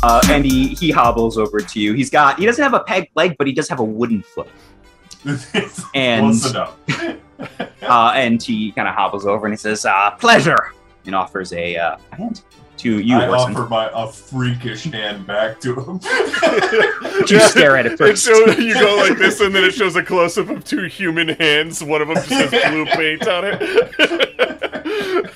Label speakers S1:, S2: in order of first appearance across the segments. S1: Uh, and he he hobbles over to you. He's got he doesn't have a peg leg, but he does have a wooden foot.
S2: It's
S1: And
S2: Close enough.
S1: uh, and he kind of hobbles over and he says, uh, "Pleasure," and offers a uh, hand to you,
S2: I
S1: Orson.
S2: offer my a freakish hand back to him.
S1: You stare at it first.
S3: shows, you go like this, and then it shows a close up of two human hands. One of them just has blue paint on it.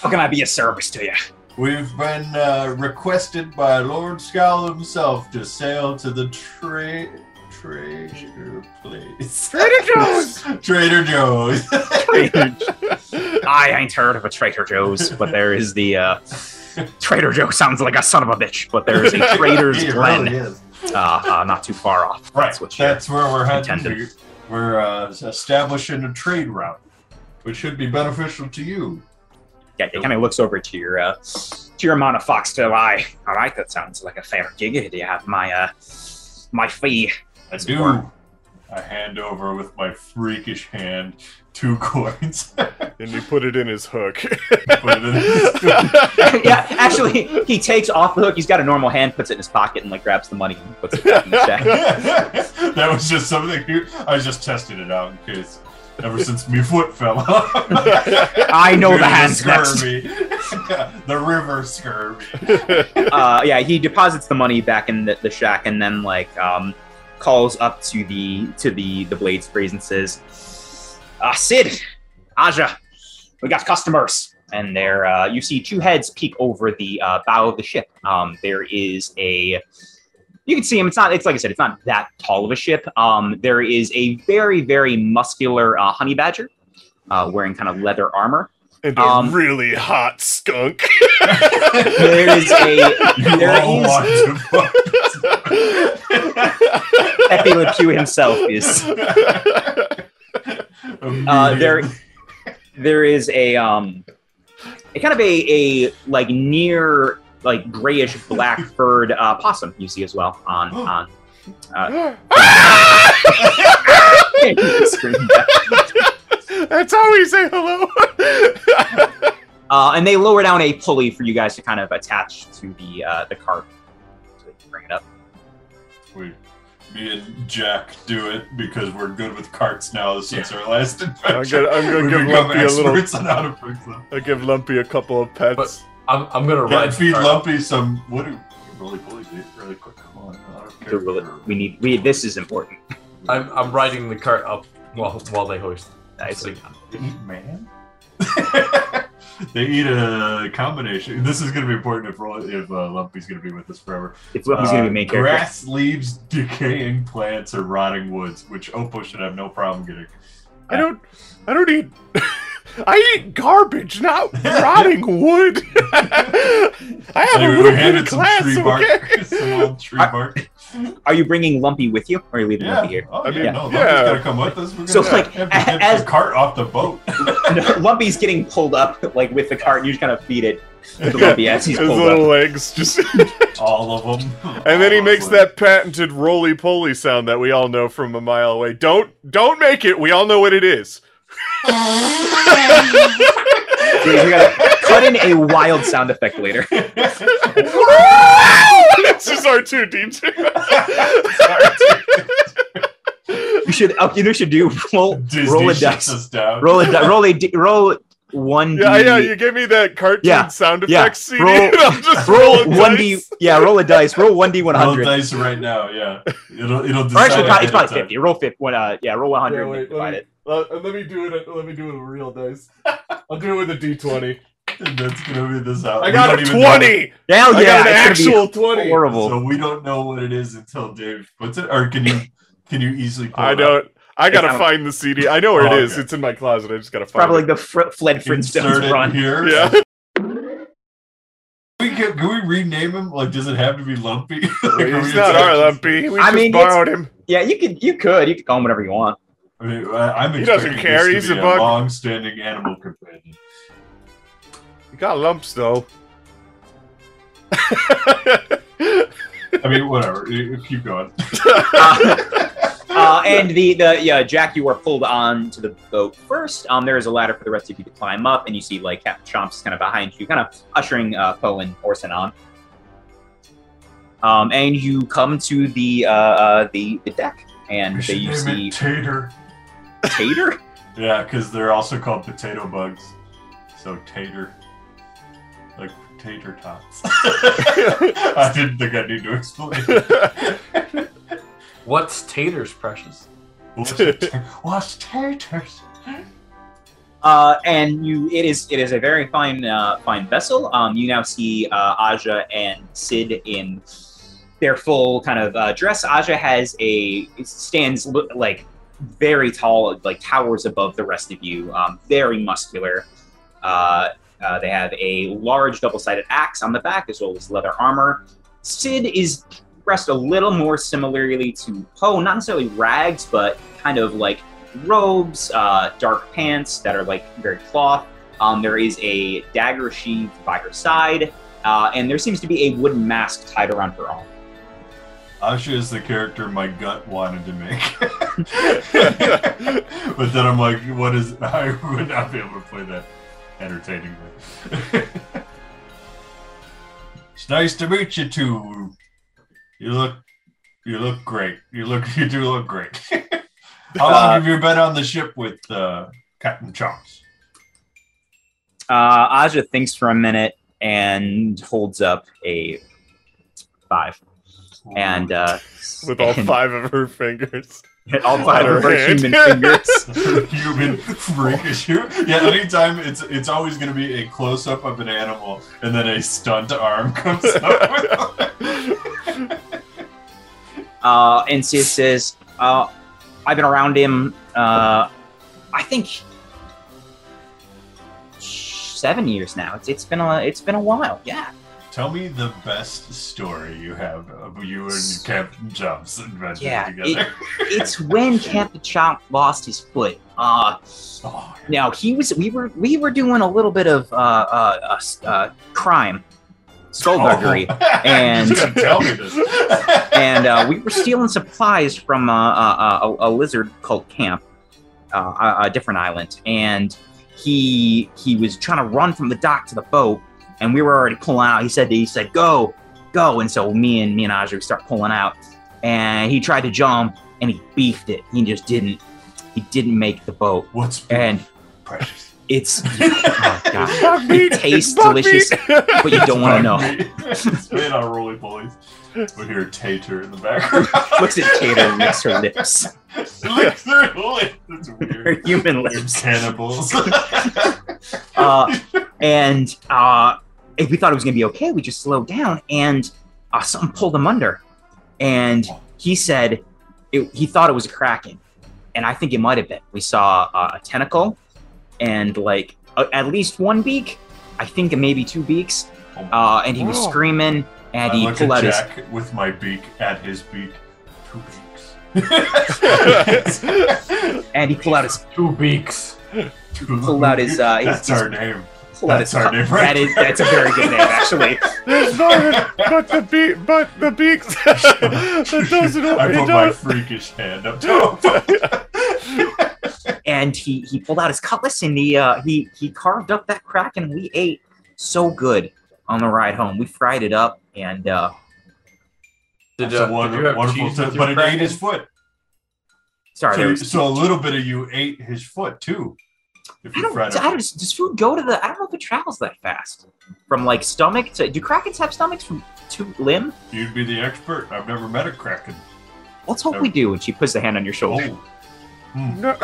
S1: How can I be a service to you?
S2: We've been uh, requested by Lord Scowl himself to sail to the tra- treasure place.
S3: Trader
S2: Trader Joe's.
S1: I ain't heard of a Trader Joe's, but there is the uh, Trader Joe sounds like a son of a bitch, but there is a Trader's
S2: He
S1: Glen
S2: really is.
S1: uh, uh, not too far off.
S2: Right.
S1: That's what you're-
S2: That's where we're heading.
S1: intended.
S2: We're, we're uh, establishing a trade route, which should be beneficial to you.
S1: Yeah, he kind of looks over to your uh, to your amount of fox to eye. All right, that sounds like a fair gig. Do you have my uh, my fee?
S2: I
S1: it were.
S2: do. I hand over with my freakish hand two coins.
S3: and you put it in his hook.
S2: Put it in his-
S1: yeah, actually, he takes off the hook. He's got a normal hand, puts it in his pocket, and like grabs the money and puts it back in the check.
S2: that was just something you- I was just testing it out in case. Ever since me foot fell off.
S1: I know
S2: Due to
S1: the hand's next.
S2: scurvy. the river scurvy.
S1: uh, yeah, he deposits the money back in the, the shack and then like um, calls up to the to the the blades freeze and says, uh, "Sid, Aja, we got customers." And there, uh, you see two heads peek over the uh, bow of the ship. Um, there is a you can see him. It's not. It's like I said. It's not that tall of a ship. Um, there is a very, very muscular uh, honey badger uh, wearing kind of leather armor.
S3: and a
S1: Um,
S3: really hot skunk.
S1: There is a.
S2: You
S1: There
S2: all
S1: is-
S2: want to fuck.
S1: Pepe Le Pew himself is Uh, there, there is a um, a kind of a, a like near like grayish black furred uh, possum you see as well on on. screen.
S3: That's how we say hello.
S1: uh, and they lower down a pulley for you guys to kind of attach to the uh, the cart. So they can bring it up.
S2: We, me and Jack do it because we're good with carts now since our last adventure.
S3: gonna- I'm gonna
S2: We
S3: give
S2: become
S3: Lumpy a little-
S2: experts on how to fix them.
S3: I give Lumpy a couple of pets.
S4: But- I'm, I'm gonna
S2: Yeah,
S4: ride.
S2: feed
S4: the cart.
S2: Lumpy some. What do really bullies it really quick? Come on, I don't care.
S1: So we'll- we need we this is important.
S4: I'm, I'm riding the cart up while while they hoist.
S1: I
S4: So,
S1: see.
S2: They eat man. they eat a combination. This is going to be important if Roll- if uh, Lumpy's going to be with us forever.
S1: It's what he's gonna be
S2: Uh,
S1: main character.
S2: Grass, leaves, decaying plants, or rotting woods, which Oppo should have no problem getting.
S3: I don't.
S2: uh,
S3: I don't eat. I eat garbage, not rotting wood. I
S2: Anyway,
S3: have a
S2: we
S3: little bit
S2: handed
S3: of class.
S2: some tree bark,
S3: Okay?
S2: some old tree
S1: I-
S2: bark.
S1: Are you bringing Lumpy with you, or are you leaving
S2: Yeah.
S1: Lumpy here?
S2: Oh,
S3: I
S2: yeah.
S3: mean,
S2: no, Lumpy's
S3: yeah.
S2: got to come with us. We're
S1: So,
S2: going to
S1: like,
S2: have to get
S1: as-
S2: the cart off the boat.
S1: No, Lumpy's getting pulled up like with the cart, and you just kind of feed it to Lumpy as he's
S3: His
S1: pulled
S3: little
S1: up.
S3: legs just,
S2: All of them.
S3: and then he makes that patented roly poly sound that we all know from a mile away. Don't don't make it. We all know what it is.
S1: We gotta cut in a wild sound effect later.
S3: this is our two D two.
S1: You should, uh, you know, what you should do roll,
S2: Disney
S1: roll a
S2: shuts
S1: dice,
S2: us down.
S1: roll a di- roll a di- roll one d.
S3: Yeah, yeah. You gave me that cartoon
S1: Yeah,
S3: sound
S1: yeah.
S3: effects CD.
S1: Roll-
S3: and I'm just
S1: roll
S3: rolling
S1: one d.
S3: dice.
S1: Yeah, roll a dice. Roll one d one
S2: Roll
S1: hundred.
S2: dice right now. Yeah, it'll it'll
S1: Or
S2: decide.
S1: actually,
S2: ahead
S1: it's
S2: of
S1: probably
S2: time.
S1: fifty. Roll fifty. When, uh, yeah, roll one hundred.
S4: Yeah, wait,
S1: divide
S4: let me-
S1: it.
S4: uh, and let me do it. Let me do it with real dice. I'll do it with a D20.
S2: And That's gonna be this out.
S4: I
S2: We
S4: got
S2: don't
S3: a
S2: even know it.
S3: twenty.
S1: Hell
S3: I
S1: Oh, yeah!
S3: got an
S1: it's gonna
S3: actual
S1: be
S4: twenty.
S1: horrible.
S2: So we don't know what it is until Dave puts it. Or can you can you easily? Pull
S3: I
S2: it up?
S3: don't. I gotta
S1: Yeah.
S3: find the CD. I know where
S2: Oh,
S3: it is.
S2: okay.
S3: It's in my closet. I just gotta find
S1: probably like the
S3: it.
S1: fr- fled
S2: Insert
S1: Flintstones
S2: it
S1: run.
S2: here.
S3: Yeah.
S2: We can, can we rename him? Like, does it have to be Lumpy? Like, are we
S3: He's not our
S2: attached-
S3: lumpy. We
S1: I
S3: just
S1: mean, it's-
S3: borrowed him.
S1: Yeah, you could, you could, you could call him whatever you want.
S2: I mean, I- I'm
S3: He doesn't
S2: expecting this
S3: care,
S2: to
S3: he's
S2: be
S3: a bug.
S2: long-standing animal companion.
S3: You got lumps though.
S2: I mean, whatever. You- you Keep going.
S1: Uh, uh, and the, the yeah, Jack, you are pulled on to the boat first. Um, there is a ladder for the rest of you to climb up, and you see like Captain Chomps kind of behind you, kind of ushering uh, Poe and Orson on. um, and you come to the uh, uh, the, the deck, and
S2: We
S1: they
S2: should
S1: you
S2: name
S1: see
S2: it Tater.
S1: Tater.
S2: Yeah, because they're also called potato bugs. So Tater. Like tater tots. I didn't think I need to explain.
S5: What's Tater's precious?
S2: What's, a ta- what's taters?
S1: Uh, and you, it is it is a very fine uh, fine vessel. Um, you now see uh, Aja and Sid in their full kind of uh, dress. Aja has a stands lo- like very tall, like towers above the rest of you. Um, very muscular. Uh, uh, they have a large double-sided axe on the back, as well as leather armor. Sid is dressed a little more similarly to Poe, not necessarily rags, but kind of like robes, uh, dark pants that are like very cloth. Um, there is a dagger sheathed by her side, uh, and there seems to be a wooden mask tied around her arm.
S2: Asha is the character my gut wanted to make. but then I'm like, what is. I would not be able to play that entertainingly. it's nice to meet you two. You look. You look great. You look. You do look great. How long
S1: Uh,
S2: have you been on the ship with uh, Captain Chomps?
S1: Uh, Aja thinks for a minute and holds up a five, and uh,
S3: with all
S1: and-
S3: five of her fingers.
S1: all five of her
S3: hand.
S1: human fingers.
S2: human freakish human. Yeah, anytime it's it's always going to be a close up of an animal, and then a stunt arm comes up.
S1: uh, and Sid says, uh, "I've been around him. Uh, I think seven years now. It's, it's been a it's been a while. Yeah.
S2: Tell me the best story you have of you and Captain Jumps adventure
S1: Yeah,
S2: together.
S1: It's when Captain Chomp lost his foot. Uh,
S2: Oh,
S1: now he was we were we were doing a little bit of uh, uh, uh, s- uh, crime,
S2: Oh.
S1: skullduggery." and-
S2: You gotta tell me this.
S1: and uh, we were stealing supplies from a, a, a, a lizard cult camp, uh, a, a different island, and he he was trying to run from the dock to the boat, and we were already pulling out. He said he said go, go, and so me and me and Audrey start pulling out, and he tried to jump, and he beefed it. He just didn't. He didn't make the boat,
S2: What's
S1: and
S2: precious?
S1: it's oh my god,
S3: Fuck me,
S1: It tastes
S3: fuck me.
S1: delicious. but you don't want to know.
S2: it's made out of roly polies. We hear Tater in the background.
S1: Looks at Tater and licks her lips.
S2: Lick their lips. It's
S1: Her
S2: weird.
S1: human
S2: They're
S1: lips.
S2: cannibals.
S1: uh, and uh, if we thought it was going to be okay, we just slowed down, and uh, something pulled him under. And he said it, he thought it was a kraken, and I think it might have been. We saw uh, a tentacle and like a, at least one beak. I think maybe two beaks. Uh, and he was
S3: Wow.
S1: screaming, and
S2: Oh. I
S1: he
S2: look
S1: pulled
S2: at
S1: out his
S2: Jack with my beak at his beak. Two beaks.
S1: and he pulled out his
S5: Two beaks.
S2: Two
S1: Pulled out his, uh, his-
S2: That's our name.
S1: pulled out
S2: That's
S1: his
S2: our
S1: cup.
S2: name, right?
S1: That is that's a very good name actually.
S3: There's nothing but the beak, but the beaks. that doesn't.
S2: I
S3: It
S2: put my
S3: does. uh,
S2: freakish hand up to him.
S1: and he he pulled out his cutlass and he uh, he he carved up that crack and we ate so good on the ride home. We fried it up and uh,
S5: Did,
S2: That's
S5: uh,
S2: a
S5: did you have
S2: wonderful, wonderful
S5: cheese with
S2: tip,
S5: your
S2: but it
S5: crackers?
S2: ate his foot.
S1: sorry, there
S2: So,
S1: was,
S2: so a little bit of you ate his foot too. If
S1: I
S2: you
S1: don't,
S2: fried
S1: I
S2: up.
S1: don't does food go to the I don't know if it travels that fast from like stomach to do krakens have stomachs from to limb?
S2: You'd be the expert. I've never met a kraken.
S1: Let's hope we do. And she puts a hand on your shoulder.
S2: Oh. Hmm.
S3: No, no,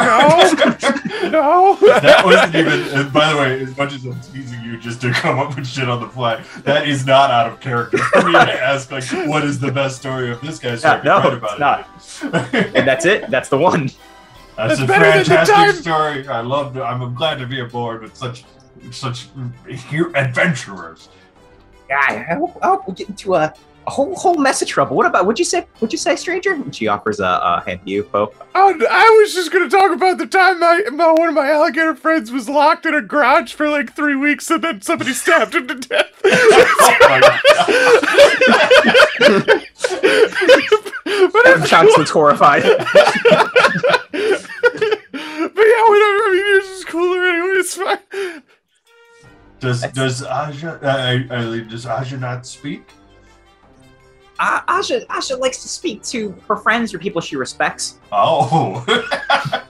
S3: no.
S2: that wasn't even. And by the way, as much as I'm teasing you just to come up with shit on the fly, that is not out of character for me to ask. Like, what is the best story of this guy? So
S1: Yeah, no,
S2: I can write about it.
S1: And that's it. That's the one.
S2: That's
S3: It's
S2: a
S3: better than the time-
S2: fantastic story. I love. I'm glad to be aboard with such such he- adventurers.
S1: Yeah, I hope, I hope we get into a, a whole whole mess of trouble. What about? Would you say? Would you say, stranger? And she offers a, a hand to you, Pope.
S3: I, I was just gonna talk about the time my, my one of my alligator friends was locked in a garage for like three weeks, and then somebody stabbed him to death.
S2: Oh my God.
S3: but
S1: And
S3: it's
S1: Chunks looks horrified.
S3: but yeah, whatever. I mean, yours is cooler anyway. It's fine.
S2: Does
S1: That's-
S2: does Aja uh, Eileen, does Aja not speak?
S1: uh, Asha, Asha likes to speak to her friends or people she respects.
S2: Oh.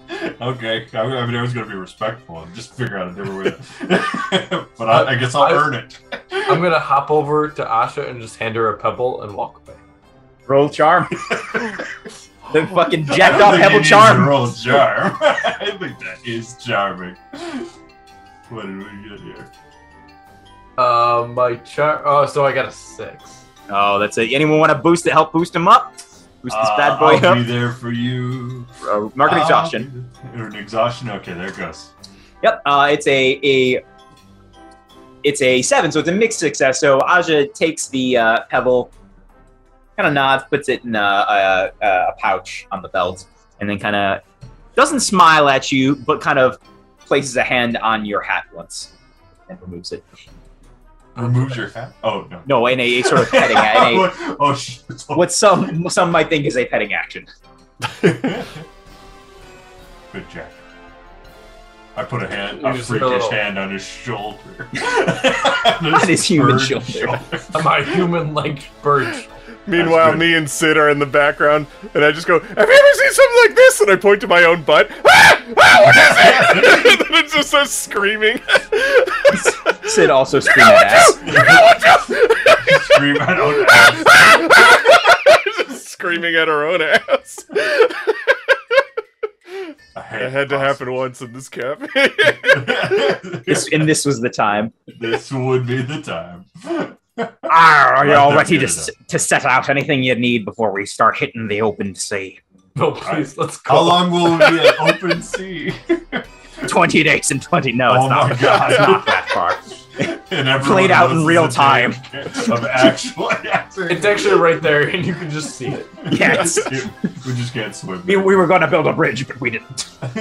S2: okay. I, I mean, I was going to be respectful and just figure out a different way. but I, I guess I'll
S5: I-
S2: earn it.
S5: I'm gonna hop over to Asha and just hand her a pebble and walk away.
S1: Roll charm. the fucking jacked
S2: I
S1: up
S2: think
S1: pebble
S2: it is
S1: charm.
S2: Roll charm. I think that is charming. What did we get here?
S5: Uh, my char. Oh, so I got a six.
S1: Oh, that's it. Anyone want to boost it? Help boost him up. Boost this
S2: Uh,
S1: bad boy
S2: I'll be
S1: up.
S2: there for you.
S1: Uh, market
S2: Uh,
S1: exhaustion.
S2: Or an exhaustion. Okay, there it goes.
S1: Yep. Uh, it's a a it's a seven, so it's a mixed success. So Aja takes the uh, pebble, kind of nods, puts it in a, a, a pouch on the belt, and then kind of doesn't smile at you, but kind of places a hand on your hat once and removes it.
S2: Removes your hat. Oh no.
S1: No, in a, a sort of petting, a, a,
S2: oh shit.
S1: what some some might think is a petting action.
S2: Good Jack. I put a hand,
S5: You
S2: a
S5: just
S2: freakish
S5: put a little-
S2: hand on his shoulder.
S1: On his human
S2: bird
S1: shoulder.
S5: My human-like bird.
S3: Meanwhile,
S2: good.
S3: me and Sid are in the background, and I just go, "Have you ever seen something like this?" And I point to my own butt. Ah! Ah, what is it? and then it just starts screaming.
S1: Sid also screamed at ass.
S3: you got one too!
S2: Scream, I don't know.
S3: just screaming at her own ass.
S2: I hate
S3: It had to happen once in this cafe.
S1: This, and this was the time.
S2: this would be the time.
S1: Are you
S2: Right
S1: all
S2: there,
S1: ready to,
S2: Canada.
S1: s- to set out anything you need before we start hitting the open sea?
S5: No, please, let's
S2: How
S5: go.
S2: long will it be at open sea?
S1: 20 days and 20. No, it's,
S2: Oh my
S1: not,
S2: God.
S1: it's not that far.
S2: And everyone
S1: Played out in
S2: knows
S1: real
S2: the
S1: time.
S2: day Of actual
S5: It's actually right there, and you can just see it.
S1: Yes.
S2: We just can't swim.
S1: We, we were going to build a bridge, but we didn't.
S2: but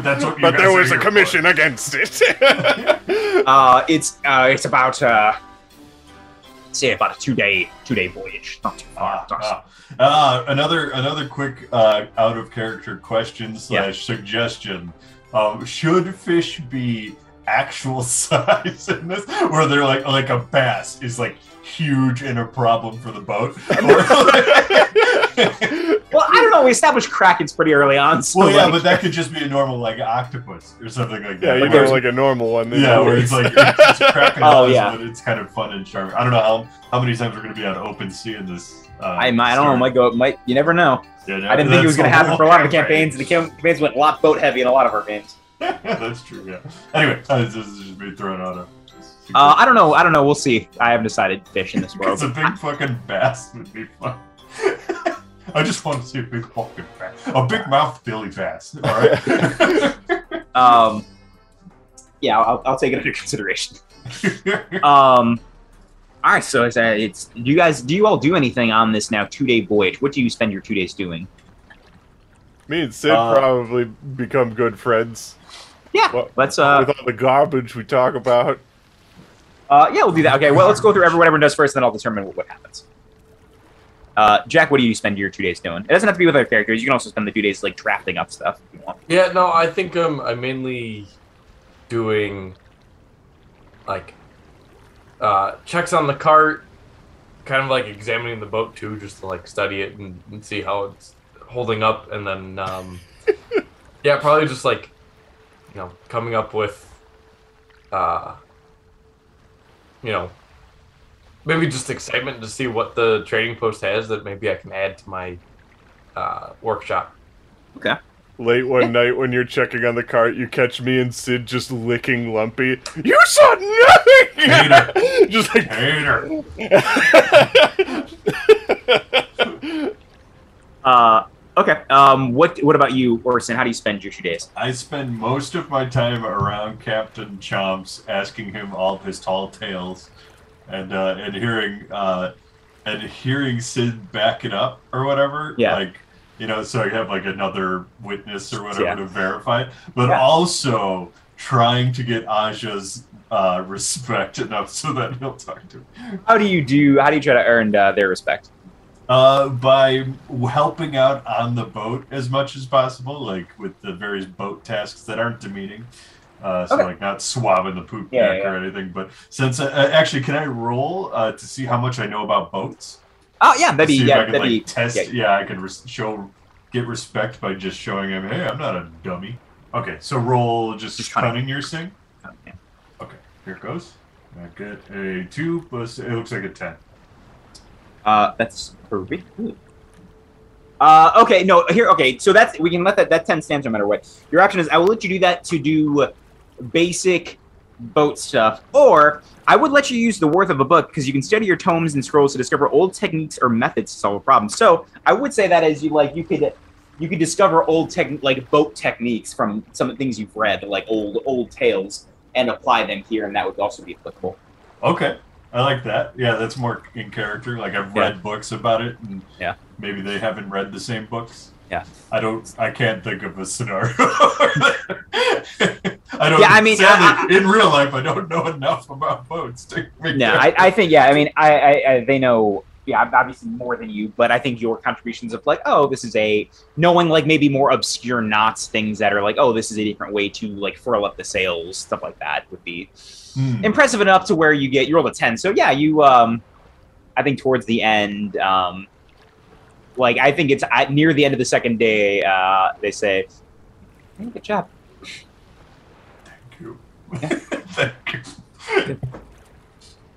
S2: that's what you
S3: but
S2: guys
S3: there
S2: are
S3: was a
S2: here for.
S3: commission against it.
S1: Uh, it's uh, it's about, uh, say, about a two day two day voyage. Not too far.
S2: Ah, ah. Ah, another another quick uh, out of character question slash suggestion. Um, should fish be actual size in this, where they're like like a bass is like huge and a problem for the boat? Or-
S1: Well, I don't know. We established Kraken's pretty early on. So
S2: well, yeah,
S1: like,
S2: but that could just be a normal like octopus or something like
S3: yeah,
S2: that.
S3: you
S2: Like,
S3: go
S2: where-
S3: like a normal one. then
S2: yeah,
S3: it
S2: where
S3: works.
S2: it's like it's, it's cracking
S1: Oh,
S2: up,
S1: yeah.
S2: but it's kind of fun and charming. I don't know how how many times we're gonna be on open sea in this. Uh,
S1: I might, I don't know.
S2: story.
S1: Might go. Might you never know.
S2: Yeah, no,
S1: I didn't think it
S2: that's
S1: was going
S2: the
S1: to happen
S2: whole
S1: for a lot of the
S2: campaign.
S1: campaigns, and the cam- campaigns went a lot boat heavy in a lot of our games.
S2: That's true. Yeah. Anyway, uh, this is just me throwing out a.
S1: Uh, I don't know. I don't know. We'll see. I haven't decided fish in this world.
S2: Because a big fucking bass would be fun. I just want to see a big fucking bass, a big mouth Billy bass. All right.
S1: Um, yeah, I'll, I'll take it under consideration. Um, all right. So it's, uh, it's do you guys do you all do anything on this now two day voyage? What do you spend your two days doing?
S3: me and Sid
S2: Uh,
S3: probably become good friends
S1: Let's uh,
S3: with all the garbage we talk about.
S1: uh yeah, we'll do that. Okay. Well, let's go through every, what everyone does first, and then I'll determine what, what happens. Uh, Jack, what do you spend your two days doing? It doesn't have to be with other characters. You can also spend the two days like drafting up stuff if you want.
S5: Yeah, no, I think um, I'm mainly doing like uh, checks on the cart, kind of like examining the boat too, just to like study it and, and see how it's holding up, and then um, yeah, probably just like you know coming up with uh, you know maybe just excitement to see what the trading post has that maybe I can add to my uh, workshop.
S3: Late one night when you're checking on the cart, you catch me and Sid just licking Lumpy. You saw nothing! just like.
S2: Hater.
S1: Uh, okay. Um, what what about you, Orson? How do you spend your two days?
S2: I spend most of my time around Captain Chomps, asking him all of his tall tales, and uh, and hearing uh, and hearing Sid back it up or whatever.
S1: Yeah.
S2: Like you know, so I have like another witness or whatever
S1: Yeah.
S2: to verify it, but
S1: Yeah.
S2: also trying to get Aja's uh, respect enough so that he'll talk to me
S1: How do you do? How do you try to earn uh, their respect?
S2: uh, by helping out on the boat as much as possible, like with the various boat tasks that aren't demeaning. Uh, so
S1: Okay.
S2: like not swabbing the poop
S1: Yeah,
S2: uh, deck or anything. But since uh, actually, can I roll uh, to see how much I know about boats?
S1: Oh yeah, that'd be
S2: see if I
S1: yeah,
S2: could
S1: that'd
S2: like
S1: be
S2: test.
S1: yeah.
S2: Yeah, I could res- show get respect by just showing him, hey, I'm not a dummy. Okay, so roll just,
S1: Just cunning.
S2: cunning, your thing.
S1: Okay.
S2: Okay, here it goes. I get a two plus. It looks like a ten.
S1: Uh, that's pretty good. Uh, okay, no, here, okay, so that's, we can let that, that 10 stands no matter what. Your option is I will let you do that to do basic boat stuff, or I would let you use the worth of a book because you can study your tomes and scrolls to discover old techniques or methods to solve a problem. So I would say that as you like, you could, you could discover old tech, like boat techniques from some of the things you've read, like old, old tales, and apply them here, and that would also be applicable.
S2: Okay, I like that. Yeah, that's more in character. Like I've
S1: Yeah.
S2: read books about it, and
S1: Yeah.
S2: maybe they haven't read the same books.
S1: Yeah.
S2: I don't. I can't think of a scenario. I don't.
S1: Yeah, I mean, I-
S2: sadly, in real life, I don't know enough about boats to make
S1: No,
S2: that-
S1: I, I think yeah. I mean, I, I, I they know yeah, obviously more than you, but I think your contributions of like, oh, this is a knowing like maybe more obscure knots, things that are like, oh, this is a different way to like furl up the sails, stuff like that would be
S2: Hmm.
S1: impressive enough to where you get you roll a ten. So yeah, you um, I think towards the end, um, like I think it's at near the end of the second day, uh, they say, "Hey, good job.
S2: Thank you. Thank you.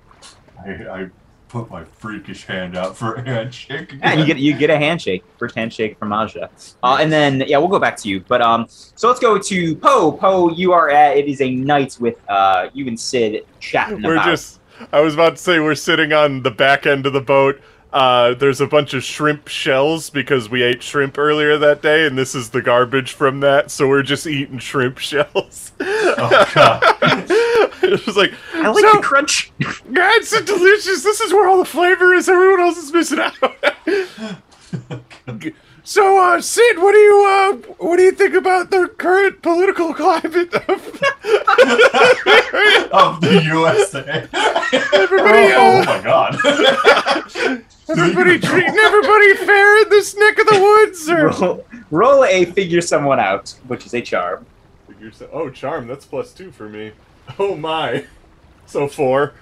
S2: I, I put my freakish hand out for a handshake. Again.
S1: Yeah, you get you get a handshake, first handshake from Aja, uh, and then yeah, we'll go back to you. But um, so let's go to Poe. Poe, you are at it is a night with uh you and Sid chatting
S3: We're
S1: about.
S3: just. I was about to say we're sitting on the back end of the boat. Uh, there's a bunch of shrimp shells because we ate shrimp earlier that day, and this is the garbage from that. So we're just eating shrimp shells.
S2: Oh, God.
S3: it was like,
S1: I like
S3: so,
S1: the crunch.
S3: God, it's so delicious. This is where all the flavor is. Everyone else is missing out. so, uh, Sid, what do you uh, what do you think about the current political climate of
S2: of the USA.
S3: everybody?
S2: oh
S3: Uh,
S2: my God.
S3: everybody treating everybody fair in this neck of the woods, or
S1: roll, roll a figure someone out, which is a charm.
S3: Figure so- Oh, charm. That's plus two for me. Oh my. So four.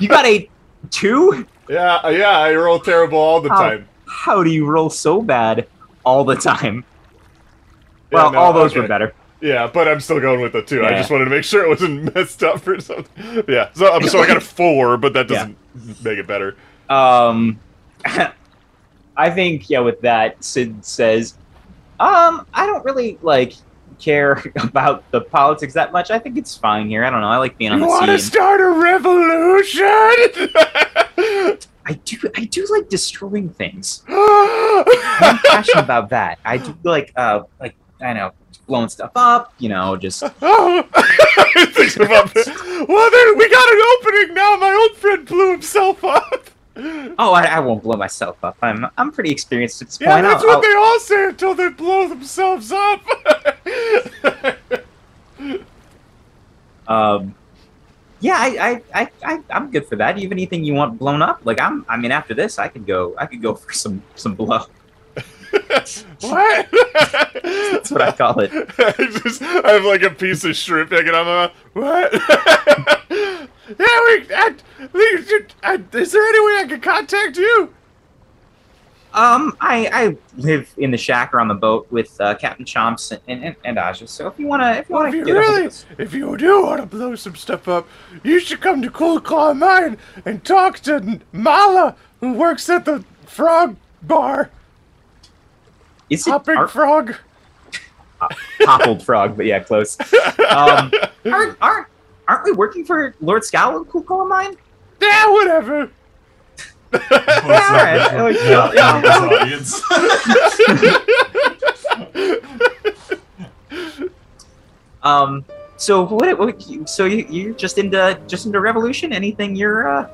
S1: You got a two.
S3: yeah, yeah. I roll terrible all the
S1: Oh,
S3: time.
S1: How do you roll so bad all the time?
S3: Yeah,
S1: Well,
S3: no,
S1: all those
S3: okay.
S1: were better.
S3: Yeah, but I'm still going with the two. I
S1: Yeah.
S3: just wanted to make sure it wasn't messed up or something. Yeah. So, um, so I got a four, but that doesn't make it better.
S1: Um, I think yeah. With that, Sid says, "Um, I don't really like care about the politics that much. I think it's fine here. I don't know. I like being on
S3: you
S1: the
S3: want
S1: scene.
S3: to start a revolution?
S1: I do. I do like destroying things. I'm passionate about that. I do like uh, like I know." Blowing stuff up, you know, just
S3: Oh, I think about that. Well, then we got an opening now. My old friend blew himself up.
S1: oh, I, I won't blow myself up. I'm I'm pretty experienced at this
S3: Yeah,
S1: point.
S3: that's
S1: I'll-
S3: what
S1: I'll-
S3: they all say until they blow themselves up.
S1: Um, yeah, I, I, I, I, I'm good for that. Even anything you want blown up, like I'm. I mean, after this, I could go. I could go for some some blow.
S3: what?
S1: That's what I call it.
S3: I just I have like a piece of shrimp hanging on my mouth. What? yeah, we. I, we should- I- is there any way I can contact you?
S1: Um, I, I live in the shack or on the boat with uh, Captain Chomps and, and, and, and Aja. So if you wanna, if you
S3: Well,
S1: wanna
S3: if you
S1: get a hold of
S3: really,
S1: us-
S3: if you do want to blow some stuff up, you should come to Cool Claw Mine and talk to Mala, who works at the Frog Bar,
S1: is it
S3: Hopping
S1: ar-
S3: Frog.
S1: hoppled frog? But yeah, close. Um, aren't aren't aren't we working for Lord Scowl and Cool Coal Mine?
S3: Yeah, whatever.
S2: What's up,
S1: Alright,
S2: everyone?
S1: like,
S2: Yeah,
S1: yeah.
S2: that was audience.
S1: Um, so what? what so you you just into just into revolution? Anything you're uh,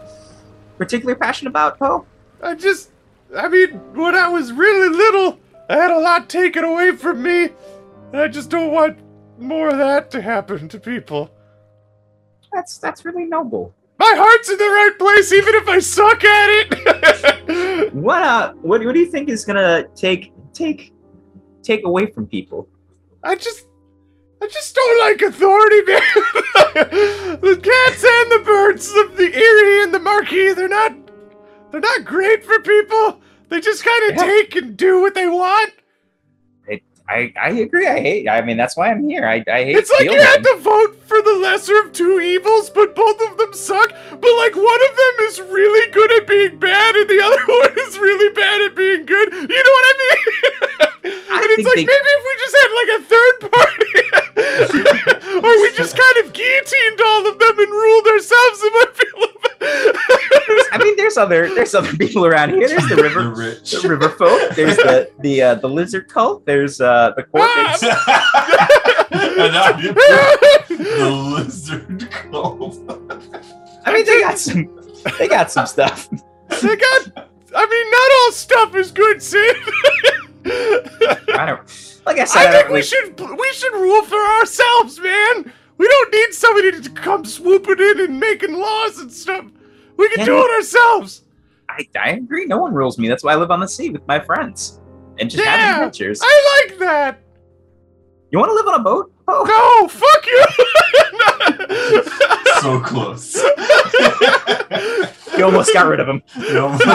S1: particularly passionate about, Poe?
S3: I just, I mean, when I was really little, I had a lot taken away from me, and I just don't want more of that to happen to people.
S1: That's that's really noble.
S3: My heart's in the right place, even if I suck at it.
S1: What uh, what what do you think is gonna take take take away from people?
S3: I just, I just don't like authority, man. the cats and the birds, the, the Erie and the Marquis, they're not, They're not great for people. They just kind of
S1: Yeah.
S3: take and do what they want.
S1: I, I agree. I hate. I mean, that's why I'm here. I, I hate.
S3: It's like you
S1: feeling-
S3: had to vote for the lesser of two evils, but both of them suck. But like one of them is really good at being bad, and the other one is really bad at being good. You know what I mean?
S1: I
S3: and it's
S1: think
S3: like
S1: they-
S3: maybe if we just had like a third party, or we just kind of guillotined all of them and ruled ourselves, it might be a little bit.
S1: I mean, there's other there's other people around here. There's the
S2: The
S1: river,
S2: rich.
S1: the river folk. There's the the uh, the lizard cult. There's uh,
S3: Ah,
S1: the corpus.
S2: and now you put the lizard cult.
S1: I mean, they got some they got some stuff.
S3: they got. I mean, not all stuff is good, Sid.
S1: I don't. Like I said,
S3: I
S1: I
S3: think
S1: don't
S3: we
S1: really-
S3: should we should rule for ourselves, man. We don't need somebody to come swooping in and making laws and stuff. We can
S1: Yeah.
S3: do it ourselves.
S1: I, I agree. No one rules me. That's why I live on the sea with my friends and just
S3: Yeah.
S1: have adventures.
S3: I like that.
S1: You want to live on a boat? Oh,
S3: No, fuck you.
S2: So close.
S1: you almost got rid of him.
S2: You almost,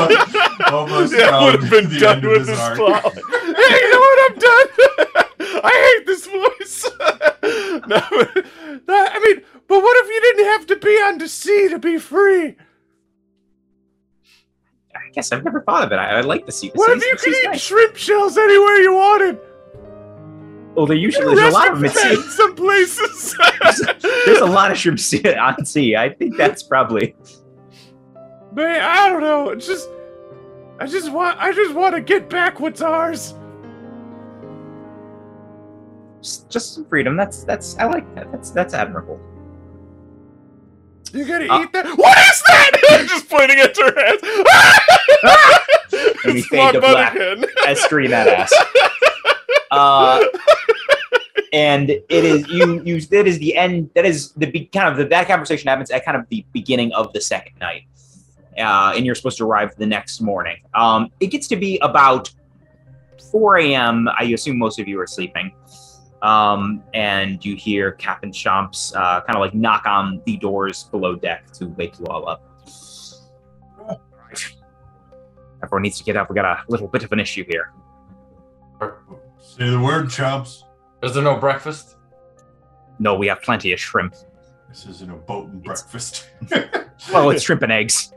S2: almost
S3: Yeah, I
S2: found
S3: would've been
S2: the
S3: done
S2: end
S3: with
S2: of his
S3: this
S2: arc.
S3: plot. hey, you know what? I'm done. I hate this voice. no, no, I mean, but what if you didn't have to be on the sea to be free?
S1: I guess I've never thought of it. I, I like the sea. The
S3: What if
S1: sea's-
S3: you
S1: the
S3: could
S1: sea's
S3: eat
S1: nice.
S3: shrimp shells anywhere you wanted?
S1: Well, there usually there's a lot of them at sea.
S3: Restaurants, some places.
S1: There's a lot of shrimp sea- on sea. I think that's probably.
S3: Man, I don't know. It's just, I just want, I just want to get back what's ours.
S1: just, just some freedom. That's that's I like that. That's that's admirable.
S3: You gotta
S1: Uh,
S3: eat that. What is that? just pointing at her ass.
S1: And we
S3: It's
S1: fade to
S3: my butt
S1: black.
S3: again.
S1: I scream that ass. Uh, and it is you you that is the end. That is the be, kind of the, that conversation happens at kind of the beginning of the second night, uh, and you're supposed to arrive the next morning. Um, it gets to be about 4 a.m. I assume most of you are sleeping. Um, and you hear Captain Chomps uh, kind of like knock on the doors below deck to wake you all up. Everyone needs to get up. We got a little bit of an issue here.
S2: Say the word, chumps.
S5: Is there no breakfast?
S1: No, we have plenty of shrimp.
S2: This isn't a boat and breakfast.
S1: Well, Oh, it's shrimp and eggs.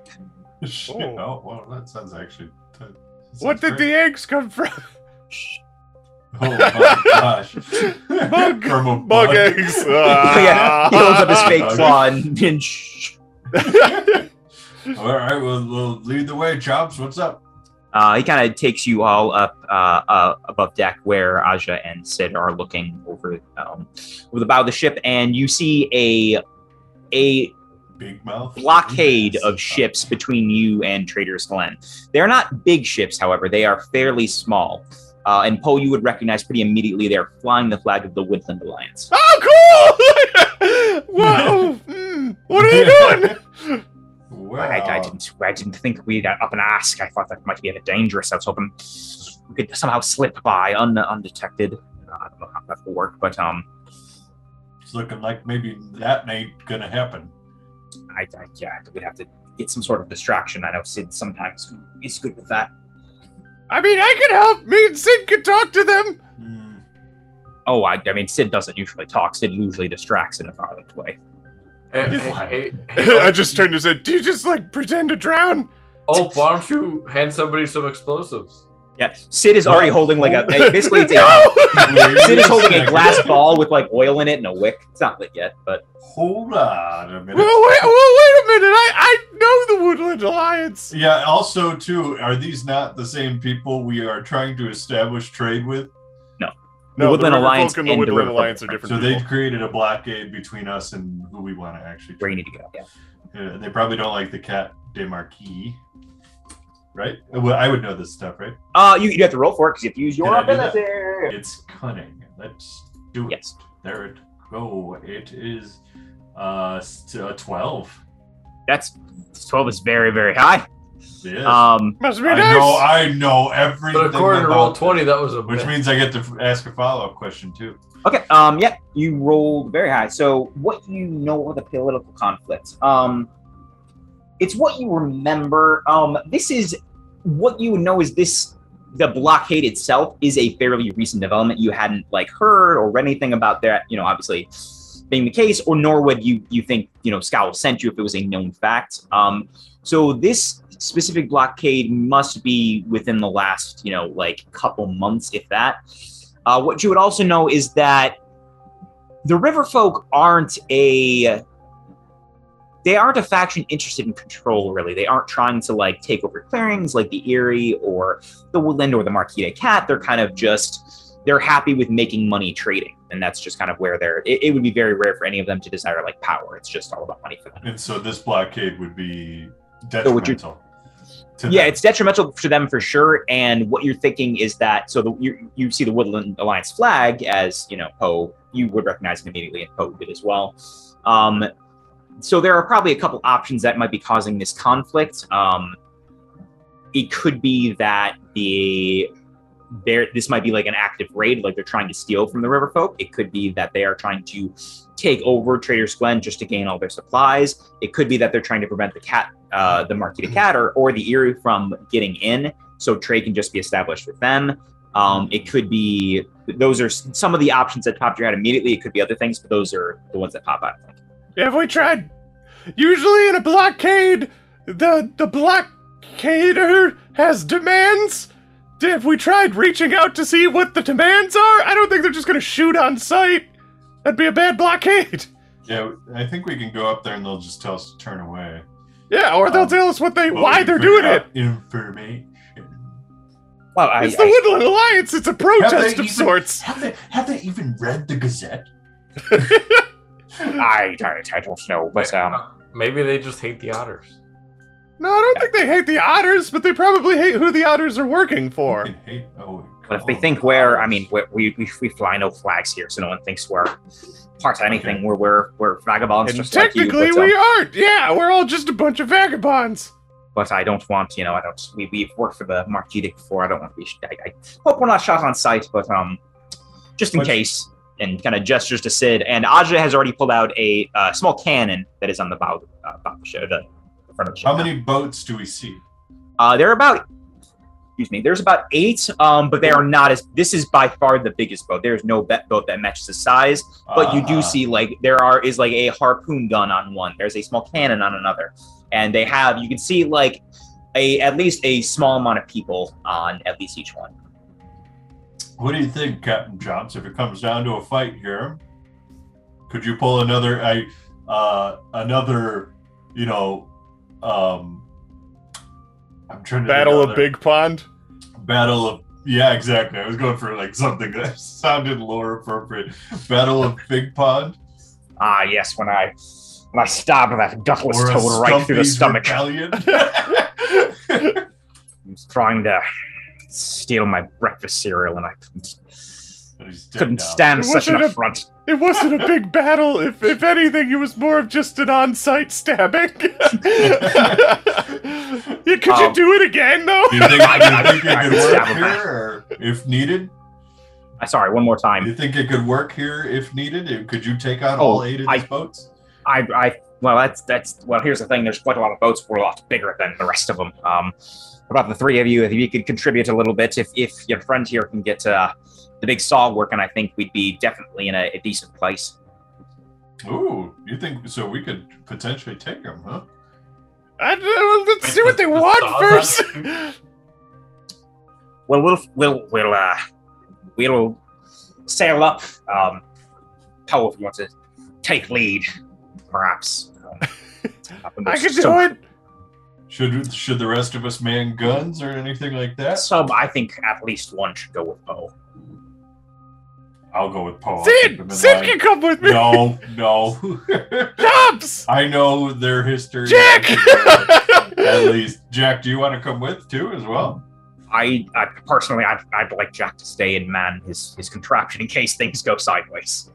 S2: Shit. Oh, well, that sounds actually. that sounds
S3: What did
S2: great.
S3: the eggs come from?
S2: Oh my gosh.
S3: Bug-
S2: From a
S3: Bug eggs. Uh,
S1: yeah, he holds up his fake
S2: Okay.
S1: claw and, and sh-
S2: All right, well, we'll lead the way, Chops. What's up?
S1: uh, he kind of takes you all up uh, uh, above deck where Aja and Sid are looking over um, over the bow of the ship, and you see a a
S2: Big mouth.
S1: blockade of ships between you and Trader's Glen. They're not big ships, however; they are fairly small. Uh, and Poe, you would recognize pretty immediately. They're flying the flag of the Woodland Alliance.
S3: Oh, cool! Whoa! mm, what are you doing?
S2: Wow.
S1: I, I didn't. I didn't think we'd uh, up and ask. I thought that might be a bit dangerous. I was hoping we could somehow slip by un, undetected. I don't know how that will work, but um,
S2: It's looking like maybe that ain't gonna happen.
S1: I, I yeah, we'd have to get some sort of distraction. I know Sid sometimes is good with that.
S3: I mean, I can help. Me and Sid can talk to them.
S2: Hmm.
S1: Oh, I, I mean, Sid doesn't usually talk. Sid usually distracts in a violent way.
S5: Eh,
S3: He's
S5: eh, eh, eh,
S2: Oh,
S3: I just turned and said, "Do you just like pretend to drown?"
S5: Oh, why don't you hand somebody some explosives?
S1: Yeah, Sid is already holding like a basically it's a,
S3: Oh. no!
S1: Sid is holding a glass ball with like oil in it and a wick. It's not lit yet, but
S2: Hold on a minute.
S3: Well, wait, well, wait a minute. I, I know the Woodland Alliance.
S2: yeah. Also, too, are these not the same people we are trying to establish trade with?
S1: The Woodland
S3: River
S1: Alliance
S3: Folk and the
S1: and the
S3: Woodland
S1: River
S3: Alliance are
S1: Folk.
S3: different.
S2: So they
S3: people.
S2: created a blockade between us and who we want to actually.
S1: where you need to go. Yeah.
S2: Yeah, and they probably don't like the cat de Marquis, right? Well, I would know this stuff, right?
S1: Uh, you you have to roll for it because you have to use your
S2: Can I do that?
S1: ability.
S2: It's cunning. Let's do it.
S1: Yes.
S2: There it go. It is uh s- a twelve.
S1: That's twelve is very very high.
S2: Yes.
S1: Um,
S3: must be
S2: I
S3: nice.
S2: know. I know everything.
S5: But according to
S2: about
S5: roll
S2: this,
S5: twenty, that was a
S2: which
S5: miss.
S2: means I get to f- ask a follow up question too.
S1: Okay. Um. Yeah. You rolled very high. So, what do you know of the political conflict? Um, It's what you remember. Um, this is what you would know is this the blockade itself is a fairly recent development. You hadn't like heard or read anything about that, you know, obviously being the case, or nor would you you think, you know, Scowl sent you if it was a known fact. Um, so this specific blockade must be within the last, you know, like couple months, if that. Uh, what you would also know is that the river folk aren't a they aren't a faction interested in control really they aren't trying to like take over clearings like the erie or the woodland or the marquita cat they're kind of just they're happy with making money trading and that's just kind of where they're it, it would be very rare for any of them to desire like power it's just all about money for them
S2: And so this blockade would be
S1: So would you-
S2: detrimental. to
S1: yeah
S2: them.
S1: it's detrimental to them for sure and what you're thinking is that so the, you, you see the woodland alliance flag as you know poe you would recognize it immediately and poe did as well um, so there are probably a couple options that might be causing this conflict um, it could be that the there this might be like an active raid like they're trying to steal from the river folk it could be that they are trying to take over traders glen just to gain all their supplies it could be that they're trying to prevent the cat uh, the marquita cat or, or the erie from getting in so trade can just be established with them um, it could be those are s- some of the options that popped your head immediately it could be other things but those are the ones that pop out
S3: Have we tried? Usually in a blockade, the the blockader has demands. Have we tried reaching out to see what the demands are? I don't think they're just gonna shoot on sight. That'd be a bad blockade.
S2: Yeah, I think we can go up there and they'll just tell us to turn away.
S3: Yeah, or they'll
S2: Um,
S3: tell us what they
S2: But
S3: why
S2: we
S3: they're
S2: figured
S3: doing it.
S2: out Information.
S1: well I,
S3: It's the Woodland Alliance. It's a protest
S2: even-
S3: of sorts.
S2: Have they have they even read the Gazette?
S1: I, I, I don't know but um,
S5: Maybe they just hate the otters.
S3: No, I don't think they hate the otters, but they probably hate who the otters are working for.
S2: Fucking hate- oh,
S1: But if they
S2: God.
S1: think we're, I mean, we're, we, we we fly no flags here, so no one thinks we're part of anything.
S2: Okay.
S1: We're we're we're vagabonds,
S3: And
S1: just like you.
S3: technically,
S1: But, um,
S3: we aren't. Yeah, we're all just a bunch of vagabonds.
S1: but I don't want, you know, I don't. We we've worked for the Marquidic before. I don't want to be. sh- I, I hope we're not shot on sight, but um, just in
S2: But-
S1: case. And kind of gestures to Sid, and Aja has already pulled out a uh, small cannon that is on the bow, uh, bow of the ship, the, the front of the ship.
S2: How many boats do we see?
S1: Uh, there are about, excuse me, there's about eight, um, but they are not as. This is by far the biggest boat. There's no bet boat that matches the size, but you
S2: Ah,
S1: do see like there are is like a harpoon gun on one. There's a small cannon on another, and they have you can see like a at least a small amount of people on at least each one.
S2: What do you think, Captain Johns? If it comes down to a fight here, could you pull another I uh another, you know, um I'm trying to think
S3: Battle of
S2: another-
S3: Big Pond.
S2: Battle of yeah, exactly. I was going for like something that sounded lore appropriate. Battle of Big Pond
S1: Ah, yes, when I when I stabbed that gutless
S2: or a
S1: toad right through the
S2: Stumpy's
S1: stomach,
S2: Rebellion.
S1: he was trying to steal my breakfast cereal, and I couldn't,
S2: But he's dead
S1: couldn't
S2: now.
S1: stand
S3: It
S1: such an
S3: wasn't a-
S1: affront.
S3: It wasn't a big battle. If, if anything, it was more of just an on-site stabbing. yeah, could
S1: Um,
S3: you do it again, though?
S2: Do you think,
S1: I- I-
S2: do you think
S1: I
S2: it
S1: would
S2: could
S1: stab
S2: work
S1: him.
S2: here, or if needed?
S1: I sorry, one more
S2: Do
S1: time.
S2: you think it could work here if needed? And Could you take out
S1: Oh,
S2: all eight of
S1: I-
S2: these boats?
S1: I, I, well, that's that's well. Here's the thing: there's quite a lot of boats. We're a lot bigger than the rest of them. Um, what about the three of you? If you could contribute a little bit, if if your friend here can get uh, the big saw working, I think we'd be definitely in a, a decent place.
S2: Ooh, you think so? We could potentially take them, huh?
S3: I don't know, let's see what they
S5: The
S3: want
S5: saws
S3: first.
S1: Well, we'll we'll we'll uh, we'll sail up. Um, Poe, if you want to take lead, perhaps. Um, up in the
S3: I could
S1: sub-
S3: do it.
S2: Should should the rest of us man guns or anything like that?
S1: Sub, I think at least one should go with Poe.
S2: I'll go with Paul.
S3: Sid, Sid can come with me.
S2: No, no.
S3: Jobs,
S2: I know their history.
S3: Jack.
S2: At least, Jack, do you want to come with too as well?
S1: I, I personally, I'd, I'd like Jack to stay and man his, his contraption in case things go sideways.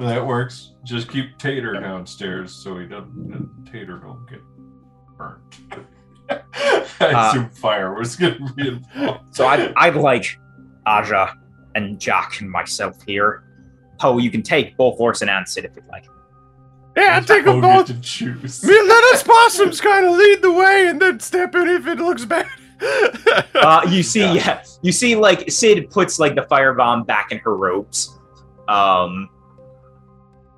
S2: That works. Just keep Tater downstairs so he doesn't Tater don't get burnt. I
S1: Uh,
S2: assume fire was gonna be involved.
S1: So I'd, I'd like Aja and Jack and myself here. Poe, you can take both Orson and Sid if you'd like.
S3: Yeah, take them
S2: Own it
S3: both.
S2: to choose.
S3: Me and Lennox Possum's kind of lead the way and then step in if it looks bad.
S2: Oh,
S1: Uh, you see,
S2: Yeah.
S1: yeah. you see, like Sid puts like the firebomb back in her ropes, um,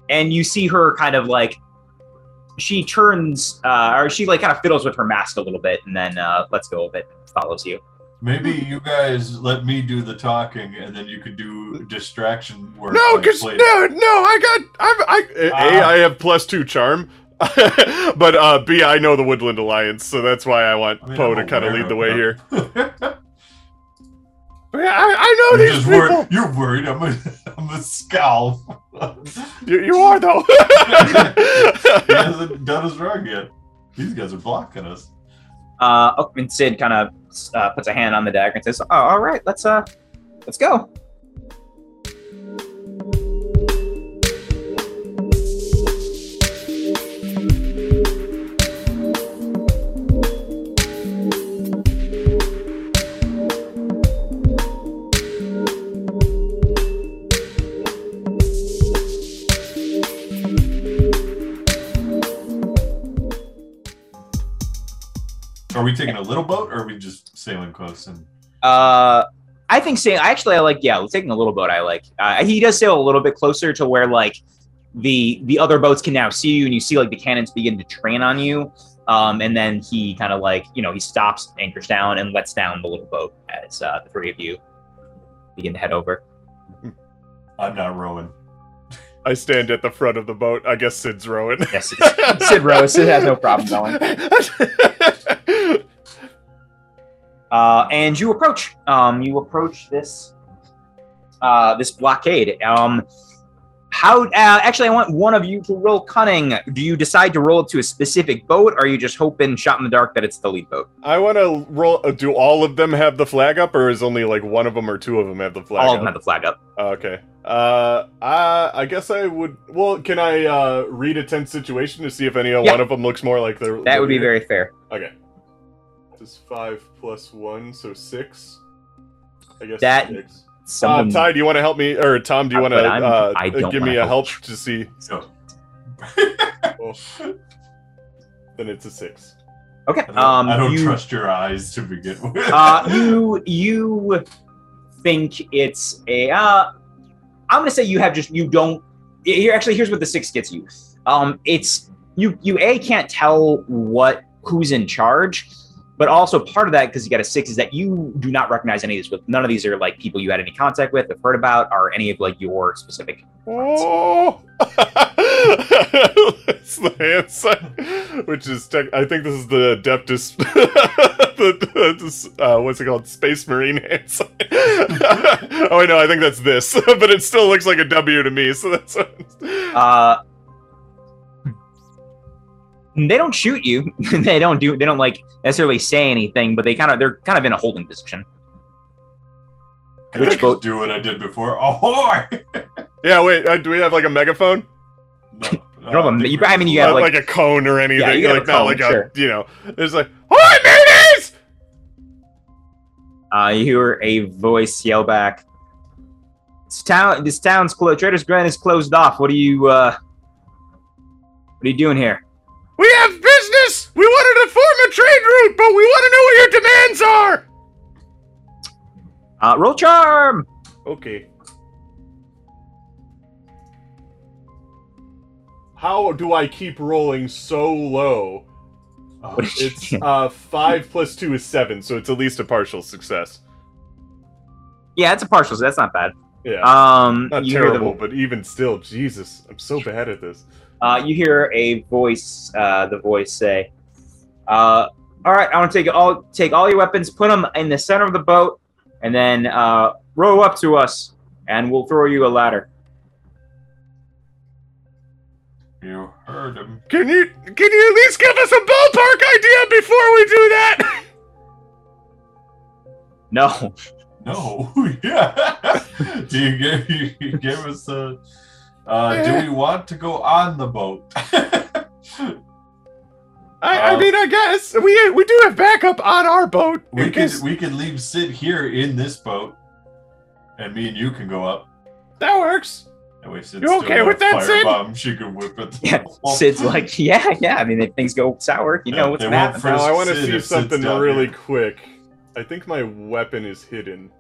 S1: and you see her kind of like she turns uh, or she like kind of fiddles with her mask a little bit, and then uh, lets go of it, follows you.
S2: Maybe you guys let me do the talking, and then you could do distraction work.
S3: no,
S2: like
S3: because no,
S2: play-
S3: no, I got. I'm, I A,
S2: Ah.
S3: I have plus two charm. but uh, B, I know the Woodland Alliance, so that's why I want
S2: I mean,
S3: Poe
S2: I'm
S3: to kind
S2: aware
S3: of lead
S2: of
S3: the way
S2: that.
S3: here. Yeah, I, I know
S2: you're
S3: Oh, these
S2: just
S3: people.
S2: worried. You're worried. I'm a, I'm a scowl. he
S3: You, you are though.
S2: hasn't done his wrong yet. These guys are blocking us.
S1: Uh, oh, and Sid kind of uh, puts a hand on the dagger and says, oh, "All right, let's uh, let's go."
S2: Are we taking a little boat, or are we just sailing close? And
S1: Uh, I think saying actually, I like yeah, taking a little boat. I like uh, he does sail a little bit closer to where like the the other boats can now see you, and you see like the cannons begin to train on you. Um, and then he kind of like you know he stops, anchors down, and lets down the little boat as uh, the three of you begin to head over.
S2: I'm not rowing.
S3: I stand at the front of the boat. I guess Sid's rowing.
S1: Yes, it's- Sid rows. Sid has no problem rowing. Uh, and you approach. Um, you approach this uh, this blockade. Um, how? Uh, actually, I want one of you to roll cunning. Do you decide to roll it to a specific boat, or are you just hoping, shot in the dark, that it's the lead boat?
S3: I want to roll. uh, Do all of them have the flag up, or is only like one of them or two of them have the flag
S1: All
S3: up?
S1: of them have the flag up.
S3: Oh, okay. Uh, I, I guess I would. Well, can I uh, read a tense situation to see if any
S1: Yeah.
S3: one of them looks more like the?
S1: That would be very fair.
S3: Okay. Just five plus one, so six. I guess
S1: That-
S3: six. Uh,
S1: Someone,
S3: Ty, do you want to help me, or Tom? Do you
S1: Uh,
S3: want to
S1: but I'm-
S3: uh,
S1: I don't
S3: give
S1: wanna
S3: me a
S1: help.
S3: help to see?
S2: So
S3: Well, then it's a six.
S1: okay.
S2: I don't,
S1: Um,
S2: I don't
S1: you,
S2: trust your eyes to begin with.
S1: uh, you you think it's a? Uh, I'm gonna say you have just you don't. Here, actually, here's what the six gets you. Um, it's you you a can't tell what who's in charge, but also part of that because you got a six is that you do not recognize any of these. With none of these are like people you had any contact with, have heard about, or any of like your specific.
S3: Oh, it's the hand sign, which is tech- I think this is the Adeptus, the, the- this, uh, what's it called, Space Marine hand sign. oh, I know, I think that's this, but it still looks like a W to me. So that's
S1: Uh, they don't shoot you. they don't do. They don't like necessarily say anything, but they kind of they're kind of in a holding position.
S2: Can I
S1: which
S2: just
S1: boat-
S2: do what I did before. Oh, Ahoy!
S3: yeah. Wait, uh, do we have like a megaphone,
S2: No,
S1: You don't have a- you- I mean, you have
S3: Not
S1: like,
S3: like, a cone or anything?
S1: you have
S3: like
S1: a
S3: not
S1: cone,
S3: like
S1: sure.
S3: a you know. There's like, hi, mateys!
S1: uh, you hear a voice yell back. This town, this town's closed. Trader's Glen is closed off. What are you, uh, what are you doing here?
S3: We have business. We wanted to form a trade route, but we want to know what your demands are.
S1: Uh, roll charm.
S3: Okay. How do I keep rolling so low?
S2: Oh,
S1: What are you
S3: It's uh five plus two is seven, so it's at least a partial success.
S1: yeah, it's a partial, so that's not bad.
S3: Yeah,
S1: Um,
S3: not
S1: you hear the-
S3: terrible, but even still, Jesus, I'm so bad at this.
S1: uh, you hear a voice, uh, the voice say, uh, "All right, I want to take all take all your weapons, put them in the center of the boat, and then uh, row up to us, and we'll throw you a ladder."
S2: You heard him.
S3: Can you can you at least give us a ballpark idea before we do that?
S1: No,
S2: No. yeah. Do you give you give us a? Uh, do we want to go on the boat?
S3: I, I
S2: Uh,
S3: mean, I guess we we do have backup on our boat.
S2: we
S3: in
S2: could
S3: case-
S2: we could leave Sid here in this boat, and me and you can go up.
S3: that works.
S2: That way Sid's
S3: You okay
S2: still
S3: with
S2: got a
S3: that, Sid?
S2: firebomb She can whip it.
S1: Yeah, Sid's like, yeah, yeah. I mean, if things go sour, you
S2: Oh. Yeah,
S1: know what's
S2: they
S1: gonna
S2: won't
S1: happen.
S2: First
S3: Now I want to
S2: Sid,
S3: see
S2: if Sid's
S3: something
S2: down
S3: really
S2: here.
S3: quick. I think my weapon is hidden.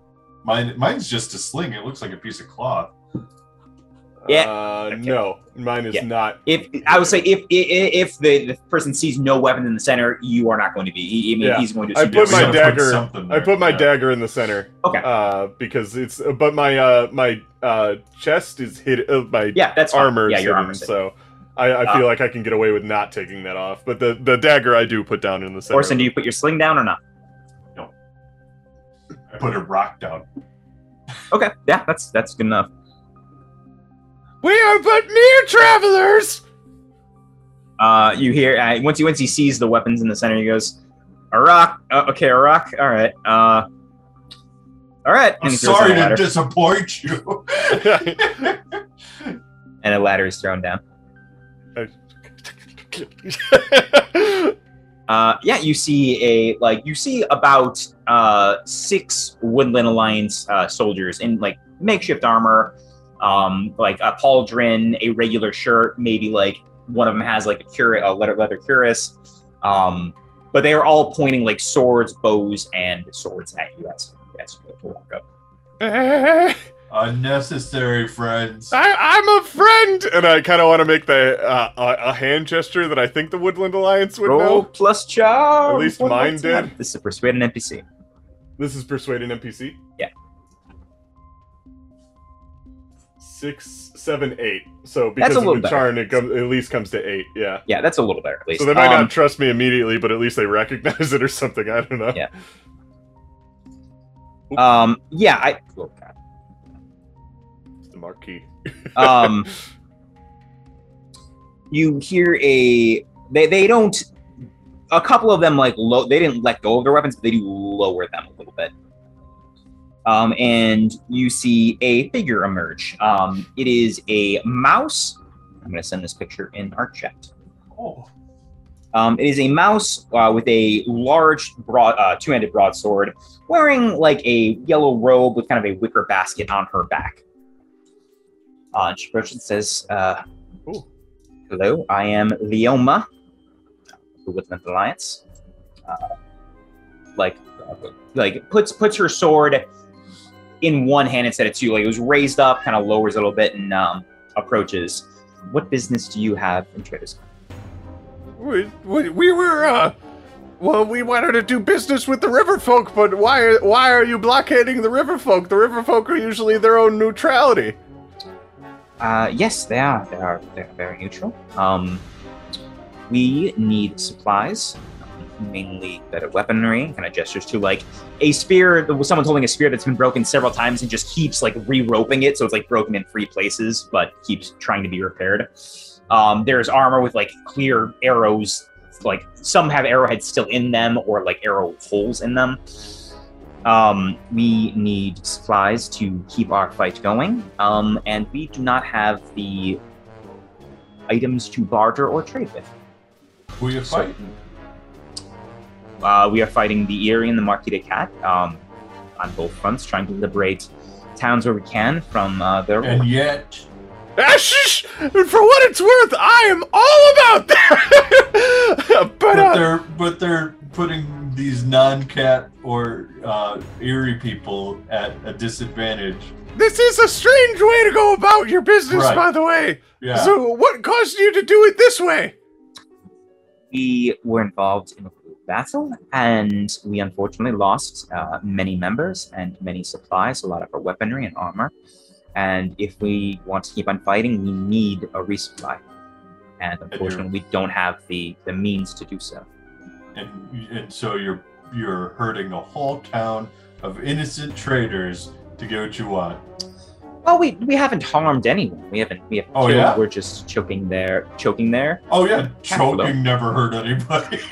S2: Mine, mine's just a sling. It looks like a piece of cloth.
S1: Yeah.
S3: Uh,
S1: Okay.
S3: No, mine is
S1: Yeah.
S3: not.
S1: If I would say if i- i- if the, the person sees no weapon in the center, you are not going to be. He, I mean,
S3: Yeah.
S1: he's going to.
S3: I
S1: assume
S3: put
S1: there's
S3: my
S1: something.
S3: dagger- I put my
S2: dagger.
S3: dagger in the center.
S1: Okay.
S3: Uh, because it's but my uh my uh chest is hid. Uh, my
S1: Yeah, that's fine.
S3: armor
S1: Yeah,
S3: is
S1: your Uh,
S3: hidden,
S1: armor.
S3: so I, I feel like I can get away with not taking that off. But the the dagger I do put down in the center.
S1: Orson, do you put your sling down or not?
S2: I put a rock down.
S1: Okay, yeah, that's that's good enough.
S3: we are but mere travelers.
S1: Uh, you hear uh, once he once he sees the weapons in the center, he goes, "A rock, uh, okay, a rock, all right, uh, all right."
S2: I'm
S1: he throws down
S2: sorry
S1: a ladder,
S2: to disappoint you.
S1: and a ladder is thrown down. Uh, yeah, you see a like you see about uh, six Woodland Alliance uh, soldiers in like makeshift armor, um, like a pauldron, a regular shirt, maybe like one of them has like a curi- a leather leather cuirass, um, but they are all pointing like swords, bows, and swords at you. That's that's what we'll walk up.
S3: I,
S2: Unnecessary
S3: Ah.
S2: friends.
S3: I'm a friend, and I kind of want to make the uh, a, a hand gesture that I think the Woodland Alliance would
S1: Roll
S3: know.
S1: plus charm.
S3: At least
S1: One more
S3: mine
S1: time.
S3: did.
S1: This is persuade an NPC.
S3: This is persuade an NPC.
S1: Yeah.
S3: Six, seven, eight. So
S1: That's a
S3: because of
S1: little
S3: the
S1: better.
S3: charm, it, com- it at least comes to eight. Yeah.
S1: Yeah, that's a little better at least.
S3: So they might
S1: Um,
S3: not trust me immediately, but at least they recognize it or something. I don't know.
S1: Yeah. Um, yeah, I. Oh God.
S3: The marquee.
S1: um, you hear a they they don't a couple of them like low they didn't let go of their weapons but they do lower them a little bit um, and you see a figure emerge um, it is a mouse i'm going to send this picture in our chat
S2: Oh,
S1: um, it is a mouse uh, with a large, broad, uh, two-handed broadsword, wearing like a yellow robe with kind of a wicker basket on her back. Uh, and she approaches and says, uh,
S3: Ooh.
S1: "Hello, I am Leoma, the Woodland Alliance." Uh, like, uh, like puts puts her sword in one hand instead of two. Like it was raised up, kind of lowers a little bit, and um, approaches. What business do you have in Traders?
S3: We, we, we were, uh, well, we wanted to do business with the river folk, but why, why are you blockading the river folk? The river folk are usually their own neutrality.
S1: Uh, yes, they are. They are. They are very neutral. Um, we need supplies, mainly better weaponry. Kind of gestures to like a spear. Someone's holding a spear that's been broken several times and just keeps like re-roping it, so it's like broken in three places, but keeps trying to be repaired. Um, there's armor with like clear arrows. Like some have arrowheads still in them, or like arrow holes in them. Um, we need supplies to keep our fight going, um, and we do not have the items to barter or trade with.
S2: who you fighting?
S1: Uh, we are fighting the Erie and the Marquis de Cat um, on both fronts, trying to liberate towns where we can from uh, their
S2: And yet,
S3: Ah, shush! And for what it's worth, I am all about that. but,
S2: but
S3: uh,
S2: they're but they're putting these non-cat or uh, eerie people at a disadvantage.
S3: this is a strange way to go about your business,
S2: Right.
S3: by the way.
S2: Yeah.
S3: So, what caused you to do it this way?
S1: we were involved in a battle and we unfortunately lost uh, many members and many supplies a lot of our weaponry and armor and if we want to keep on fighting we need a resupply and unfortunately we don't have the the means to do so
S2: and and so you're you're hurting a whole town of innocent traders to get what you want.
S1: well we we haven't harmed anyone we haven't we have
S2: Oh, yeah?
S1: we're just choking their choking their
S2: Oh yeah,
S1: Hello.
S2: choking never hurt anybody.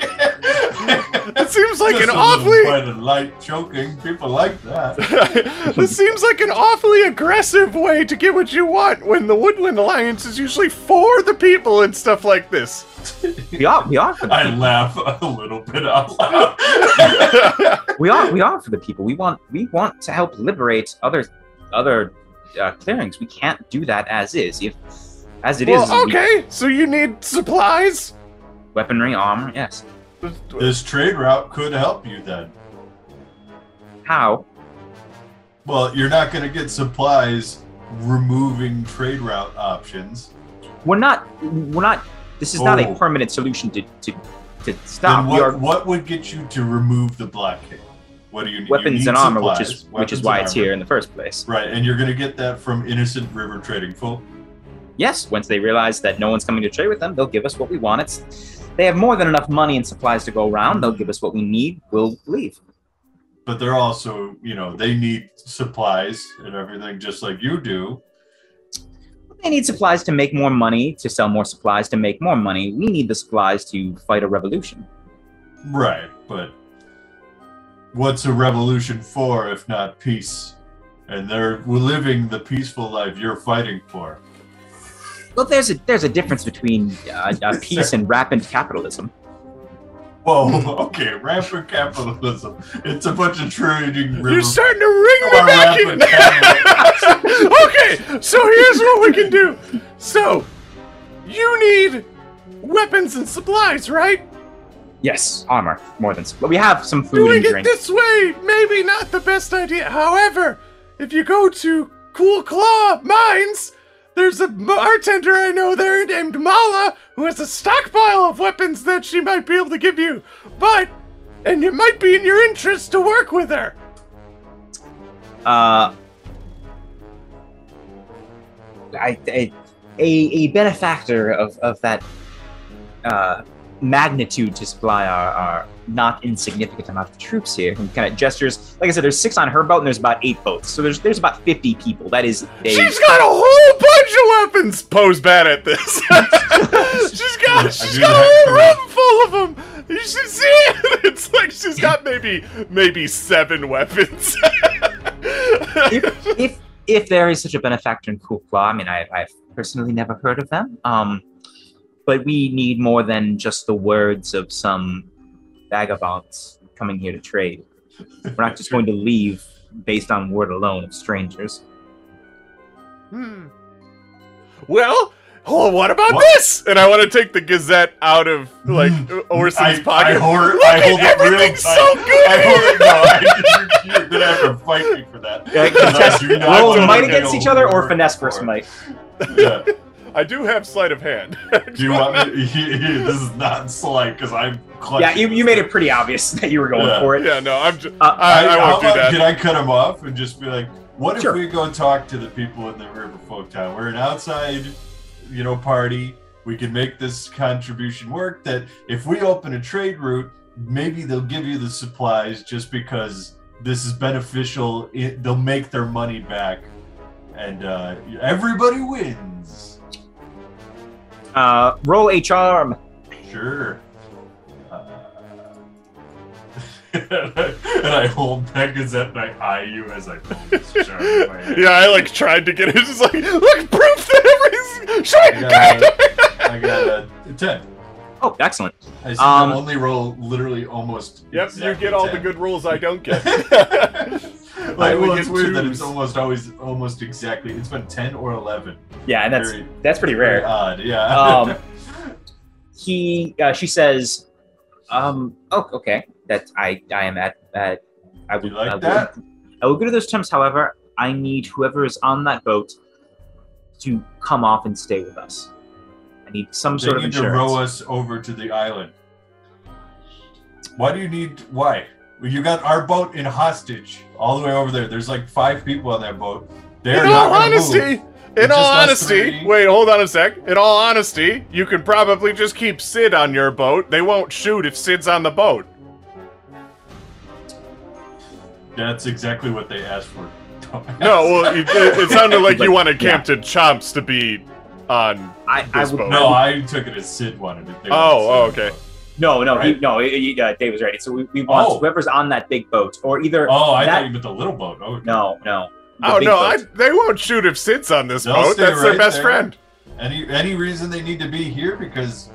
S3: That seems like
S2: Just
S3: an
S2: a little
S3: awfully.
S2: bite of light choking. People like that.
S3: this seems like an awfully aggressive way to get what you want when the Woodland Alliance is usually for the people and stuff like this.
S1: we are we are for the
S2: I
S1: people.
S2: laugh a little bit out loud.
S1: we are we are for the people we want we want to help liberate other other uh, clearings. We can't do that as is. If as it is,
S3: well,
S1: we-
S3: okay, so you need supplies.
S1: weaponry, armor. Yes.
S2: This trade route could help you then.
S1: How?
S2: Well, you're not going to get supplies removing trade route options.
S1: We're not. We're not. This is not a
S2: Oh.
S1: permanent solution to to, to
S2: Then
S1: stop. We
S2: what,
S1: are
S2: what would get you to remove the blockade? What do you need? You
S1: weapons
S2: need
S1: and armor, which
S2: supplies,
S1: is which is
S2: weapons
S1: why
S2: and
S1: it's
S2: armor.
S1: here in the first place.
S2: Right, and you're going to get that from Innocent River Trading Folk.
S1: Yes. Once they realize that no one's coming to trade with them, they'll give us what we want. It's they have more than enough money and supplies to go around. They'll give us what we need. We'll leave.
S2: But they're also, you know, they need supplies and everything just like you do.
S1: They need supplies to make more money, to sell more supplies, to make more money. We need the supplies to fight a revolution.
S2: Right, but what's a revolution for if not peace? And they're living the peaceful life you're fighting for.
S1: Well, there's a there's a difference between uh, uh, peace and rapid capitalism.
S2: Whoa, okay, rapid capitalism. It's a bunch of trading
S3: You're
S2: rivers.
S3: starting to ring me
S2: Come on,
S3: back
S2: rapid
S3: in. okay, so here's what we can do. So, you need weapons and supplies, right?
S1: Yes, armor more than. But we have some food
S3: Doing
S1: and
S3: it
S1: drink.
S3: this way, maybe not the best idea. However, if you go to Cool Claw Mines, there's a bartender I know there named Mala who has a stockpile of weapons that she might be able to give you. But, and it might be in your interest to work with her.
S1: Uh, I, I, a a benefactor of of that uh, magnitude to supply our, our not insignificant amount of troops here. And kind of gestures. Like I said, there's six on her boat, and there's about eight boats. So there's there's about fifty people. That is a
S3: She's got a whole bunch of weapons. Poe's bad at this. she's
S2: Yeah, I
S3: got she's
S2: do
S3: got a
S2: that
S3: whole
S2: too.
S3: room full of them. You should see it. It's like she's got maybe maybe seven weapons.
S1: if, if if there is such a benefactor in Kukla, I mean, I, I've personally never heard of them. Um, but we need more than just the words of some vagabonds coming here to trade. We're not just going to leave based on word alone of strangers.
S3: Hmm. Well, oh, what about
S2: What? Hmm.
S3: this? And I want to take the Gazette out of like Orson's
S2: I,
S3: pocket.
S2: I hoard,
S3: Look
S2: I
S3: at
S2: hold it real
S3: everything's
S2: tight.
S3: so good.
S2: I
S3: here.
S2: hoard, no, I, you're, you're gonna have to fight me for that.
S1: Yeah,
S2: Because I
S1: contest-
S2: do not
S1: roll
S2: wanna
S1: might
S2: be
S1: against each
S2: a
S1: other or
S2: hoarder.
S1: finesse versus might.
S2: Yeah.
S3: I do have sleight of hand.
S2: Do you want me? this is not slight because I'm.
S1: Yeah,
S2: clutching
S1: you,
S2: this
S1: you made
S2: thing.
S1: it pretty obvious that you were going
S2: Yeah.
S1: for it.
S3: yeah, no, I'm. Just,
S1: Uh,
S3: I, I
S2: how
S3: won't do
S2: about-
S3: that.
S2: Can I cut him off and just be like, "What
S1: Sure.
S2: if we go talk to the people in the River Folk Town? We're an outside, you know, party. We can make this contribution work. That if we open a trade route, maybe they'll give you the supplies just because this is beneficial. It, they'll make their money back, and uh, everybody wins.
S1: Uh, roll a charm.
S2: Sure. Uh, and I hold that gazette and I eye you as I pull this jar in my hand.
S3: Yeah, I like tried to get it. It's just like, look, proof that everything's. Sure,
S2: I got a, I got a 10.
S1: Oh, excellent.
S2: I seem
S1: Um,
S2: to only roll literally almost.
S3: Yep, you
S2: exactly
S3: get all the
S2: 10.
S3: good rules I don't get. I
S2: like, well,
S3: would
S2: it's
S3: get
S2: weird that it's
S3: twos.
S2: almost always almost exactly. It's been 10 or 11.
S1: Yeah, and that's
S2: Very-
S1: that's pretty
S2: Very
S1: rare.
S2: odd, yeah.
S1: Um, he uh, she says um oh okay that i i am at at i
S2: You
S1: would
S2: like
S1: I would-
S2: that?
S1: i will go to those terms however i need whoever is on that boat to come off and stay with us i need some
S2: they
S1: sort of
S2: need to row
S1: insurance
S2: us over to the island. Why do you need? Why? Well, you got our boat in hostage all the way over there. There's like five people on that boat. They're
S3: in all
S2: not gonna move.
S3: honesty,
S2: It's
S3: in all
S2: just us
S3: honesty,
S2: three.
S3: wait, hold on a sec. In all honesty, you can probably just keep Sid on your boat. They won't shoot if Sid's on the boat.
S2: That's exactly what they asked for. Dumbass.
S3: No, well, it, it, it sounded like you wanted Captain Chomps to be on.
S1: i i
S3: this
S1: would
S3: boat.
S2: no, I took it as Sid wanted it. They wanted
S3: Oh,
S2: Sid on
S3: oh,
S2: the
S3: okay.
S2: boat.
S1: no no he,
S2: Right.
S1: no he, he- uh, dave was right so we, we want
S2: Oh.
S1: whoever's on that big boat or either
S2: Oh, I
S1: That-
S2: thought you meant the little boat. Oh,
S1: no no the
S3: Oh
S1: big
S3: no, I,
S1: boat.
S3: they won't shoot if Sid's on this
S2: They'll
S3: boat.
S2: stay
S3: That's their
S2: right
S3: best
S2: there.
S3: friend.
S2: Any any reason they need to be here because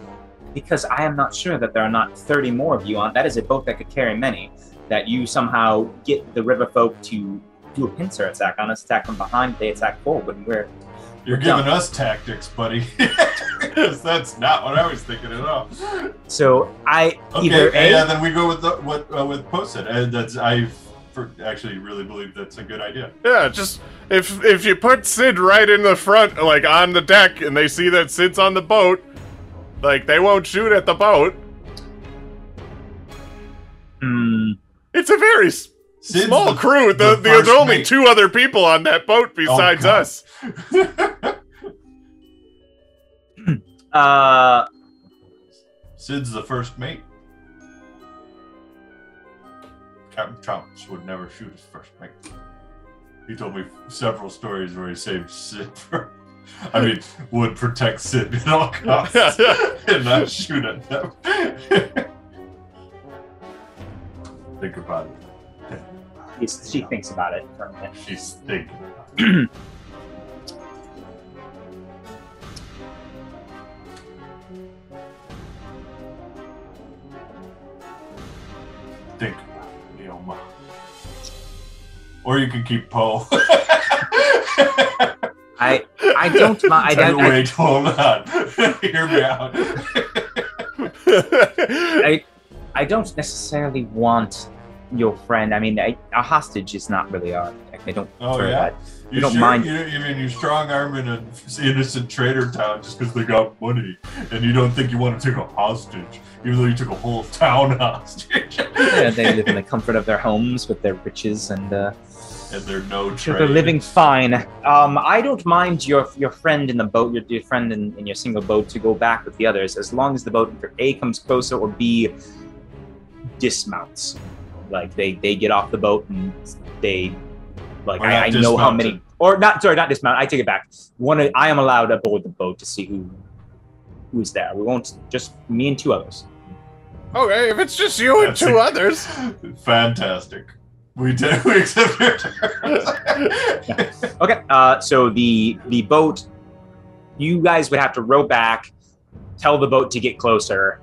S1: because I am not sure that there are not 30 more of you on. That is a boat that could carry many. That you somehow get the river folk to do a pincer attack on us, attack from behind, they attack forward, and we're
S2: You're
S1: Yeah.
S2: giving us tactics, buddy. 'Cause that's not what I was thinking at all.
S1: so I
S2: Okay,
S1: either
S2: and yeah,
S1: A
S2: then we go with the, what uh, with posted. And that's I for, actually really believe that's a good idea.
S3: Yeah, just if if you put Sid right in the front, like on the deck, and they see that Sid's on the boat, like they won't shoot at the boat.
S2: uh,
S1: hmm,
S3: It's a very s-
S2: Sid's
S3: small crew. The,
S2: the
S3: the there's
S2: first
S3: only
S2: mate. Oh,
S3: two other people on that boat besides
S2: God.
S3: us.
S1: uh
S2: Sid's the first mate. Captain Chomps would never shoot his first mate. He told me several stories where he saved Sid for. I mean, would protect Sid at all costs and not shoot at them. Think about it.
S1: she's- she thinks about it for a minute.
S2: She's thinking. Think about it, Leoma. Or you can keep Poe.
S1: I I don't mi- I don't I,
S2: wait, hold on. Hear me out.
S1: I don't necessarily want your friend. I mean, I, a hostage is not really our. I don't.
S2: Oh,
S1: prefer
S2: yeah?
S1: that.
S2: You
S1: don't
S2: sure-
S1: mind.
S2: You, you mean you strong arm in an innocent trader town just because they got money, and you don't think you want to take a hostage, even though you took a whole town hostage.
S1: Yeah, they live in the comfort of their homes with their riches and uh,
S2: and they're no
S1: so
S2: trade.
S1: they're living fine. Um, I don't mind your your friend in the boat, your, your friend in, in your single boat, to go back with the others as long as the boat either A comes closer or B dismounts. Like they they get off the boat and they like
S2: Or
S1: I, I
S2: not
S1: know how many
S2: dismounted.
S1: or not sorry not dismount. I take it back. One I am allowed aboard the boat to see who who's there. We won't just me and two others.
S3: okay, Oh, if it's just you and
S2: That's
S3: two
S2: a-
S3: others,
S2: Fantastic. We did. We accept your terms.
S1: Okay, uh, so the the boat, you guys would have to row back, tell the boat to get closer.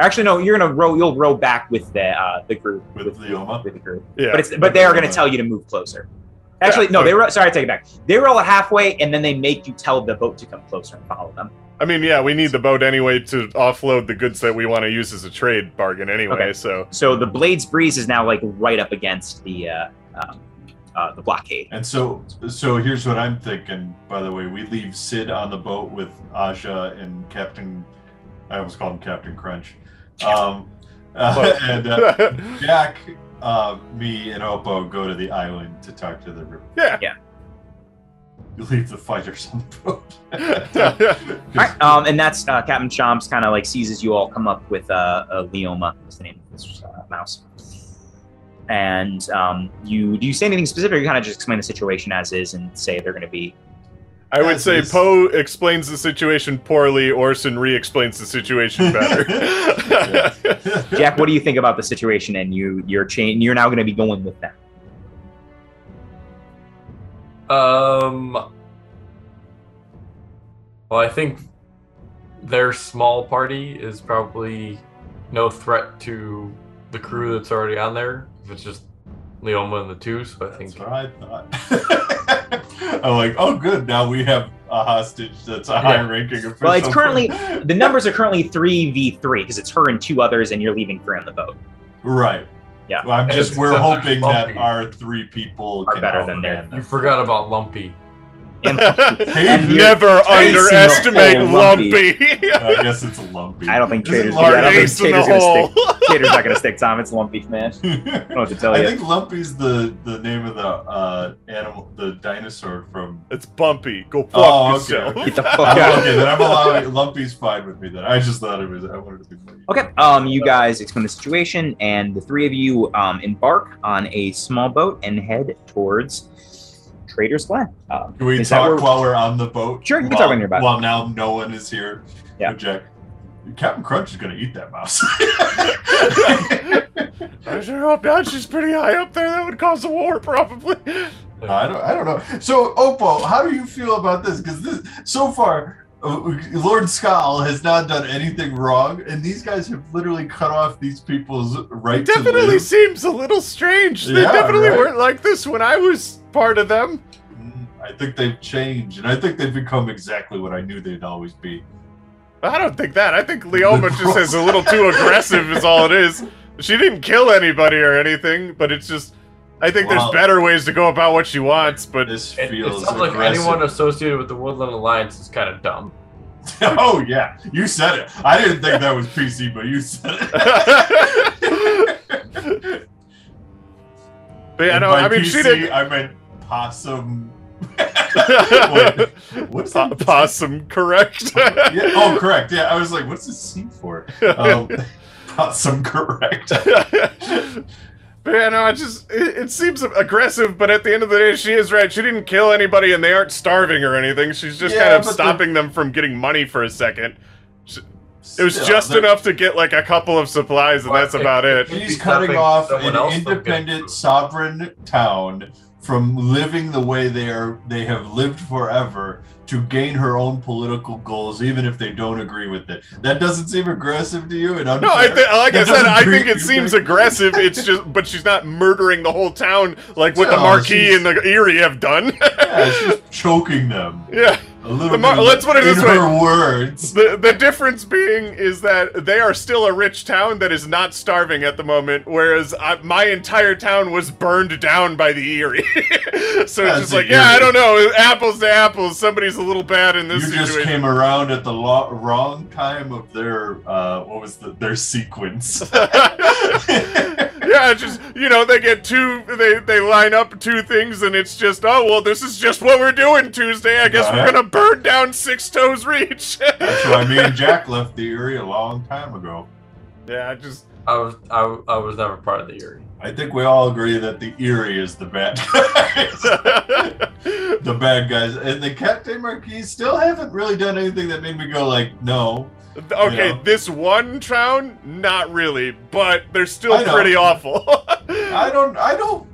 S1: Actually, no, you're gonna row. You'll row back with the uh, the group
S2: With Leoma.
S1: with the group,
S3: yeah.
S1: but it's but they are gonna tell you to move closer. Actually, no, they row. Sorry, I take it back. They row it halfway, and then they make you tell the boat to come closer and follow them.
S3: I mean, yeah, we need the boat anyway to offload the goods that we want to use as a trade bargain anyway.
S1: Okay.
S3: So
S1: So the Blades Breeze is now like right up against the uh, um, uh, the blockade.
S2: And so, so here's what I'm thinking. By the way, we leave Sid on the boat with Aja and Captain. I almost called him Captain Crunch. Um, uh,
S3: Close.
S2: and uh,
S3: yeah,
S2: Jack, uh, me, and Oppo go to the island to talk to the river. You leave the fighters on the boat.
S1: All right, um, and that's uh, Captain Chomps kind of like seizes you all come up with uh, uh, Leoma, is the name of this uh, mouse. And um, you do you say anything specific? Or you kind of just explain the situation as is and say they're going to be.
S3: I would
S2: As
S3: say
S2: is.
S3: Poe explains the situation poorly. Orson re-explains the situation better.
S1: Jack, what do you think about the situation? And you you're chain you're now going to be going with them.
S5: Um. Well, I think their small party is probably no threat to the
S2: Hmm.
S5: crew that's already on there. If it's just Leoma and the two, so I
S2: That's
S5: think
S2: what I thought. I'm like, oh, good. Now we have a hostage that's a high-ranking official.
S1: Well, it's currently the numbers are currently three v three because it's her and two others, and you're leaving three on the boat.
S2: right.
S1: Yeah.
S2: Well, I'm just
S5: It's-
S2: we're
S5: it's
S2: hoping that
S5: bumpy.
S2: our three people
S1: Are
S2: can
S1: better than
S2: outman
S1: theirs.
S2: them.
S5: you forgot about Lumpy.
S1: And And you're
S3: Never
S1: chasing
S3: underestimate
S1: the whole
S3: Lumpy.
S2: I guess it's lumpy.
S1: I don't think
S2: Is it
S1: traders. Yeah,
S2: large
S1: I don't think
S3: ace in the
S1: traders gonna
S3: hole.
S1: stick. Traders not going to stick. Tom, it's lumpy, man. I don't know what to tell
S2: I
S1: you.
S2: think Lumpy's the the name of the uh, animal, the dinosaur from.
S3: It's bumpy. Go fuck
S2: Oh, okay,
S3: yourself.
S2: okay.
S1: Get the fuck
S2: Oh,
S1: out.
S2: okay, then I'm allowing Lumpy's fine with me. Then I just thought it was. I wanted to be funny.
S1: Okay. Um, you guys explain the situation, and the three of you um, embark on a small boat and head towards Trader's Glen. Um,
S2: Can we
S1: Is that
S2: talk
S1: where-
S2: while we're on the boat?
S1: Sure, you can
S2: While-
S1: talk when you're back.
S2: While now no one is here.
S1: Yeah.
S2: Oh, Jack, Captain Crunch is gonna eat that mouse.
S3: I sure hope not. She's pretty high up there. That would cause a war, probably.
S2: I don't. I don't know. So, Oppo, how do you feel about this? Because this, so far, uh, Lord Skal has not done anything wrong, and these guys have literally cut off these people's right
S3: It definitely
S2: to live.
S3: seems a little strange. They
S2: Yeah,
S3: definitely
S2: right?
S3: weren't like this when I was part of them?
S2: Mm, I think they've changed, and I think they've become exactly what I knew they'd always be.
S3: I don't think that. I think Leoma just is a little too aggressive is all it is. She didn't kill anybody or anything, but it's just I think
S2: Wow.
S3: there's better ways to go about what she wants, but
S2: This
S5: It, it
S2: feels
S5: sounds like
S2: aggressive.
S5: anyone associated with the Woodland Alliance is kind of dumb.
S2: oh yeah, you said it. I didn't think that was PC, but you said it.
S3: but yeah,
S2: And
S3: no,
S2: by
S3: I mean
S2: PC,
S3: she didn't
S2: I meant possum. Wait, what's
S3: Po-
S2: that?
S3: possum correct.
S2: Yeah, oh, correct. Yeah, I was like, what's this C for? Um, possum, correct.
S3: But yeah, no, I just it, it seems aggressive, but at the end of the day, she is right. She didn't kill anybody, and they aren't starving or anything. She's just
S2: Yeah,
S3: kind of
S2: but the-
S3: stopping them from getting money for a second. It was
S2: Still,
S3: just
S2: they're-
S3: enough to get like a couple of supplies, and
S5: Well,
S3: that's
S5: it-
S3: about it.
S5: it-
S2: He's
S5: Be
S2: cutting
S5: stopping
S2: off
S5: someone
S2: an
S5: else from getting
S2: independent,
S5: food.
S2: sovereign town from living the way they are they have lived forever to gain her own political goals, even if they don't agree with it. That doesn't seem aggressive to you, and
S3: No, I
S2: unfair?
S3: th- like I
S2: That
S3: said,
S2: doesn't
S3: I think
S2: agree-
S3: it seems aggressive. It's just, but she's not murdering the whole town like what the
S2: No,
S3: Marquis
S2: she's-
S3: and the Erie have done.
S2: Yeah, she's choking them
S3: yeah.
S2: a little.
S3: The mar-
S2: bit in-
S3: let's put it
S2: in
S3: this way.
S2: her words.
S3: The, the difference being is that they are still a rich town that is not starving at the moment, whereas I, my entire town was burned down by the Erie.
S2: That's
S3: so it's just
S2: the
S3: like, yeah, I
S2: Erie.
S3: don't know, apples to apples. Somebody's a little bad in
S2: You
S3: this
S2: just
S3: situation.
S2: came around at the lo- wrong time of their uh, what was the, their sequence.
S3: yeah, it's just you know, they get two, they they line up two things, and it's just oh well, this is just what we're doing Tuesday. I guess we're
S2: Yeah.
S3: gonna burn down Six Toes Reach.
S2: That's why me and Jack left the area a long time ago.
S3: yeah, I just
S5: I was I, I was never part of the Yuri.
S2: I think we all agree that the Erie is the bad guys. the bad guys. And the Captain Marquis still haven't really done anything that made me go like, no.
S3: okay.
S2: Yeah.
S3: This one town, not really, but they're still
S2: I know.
S3: pretty awful.
S2: I don't I don't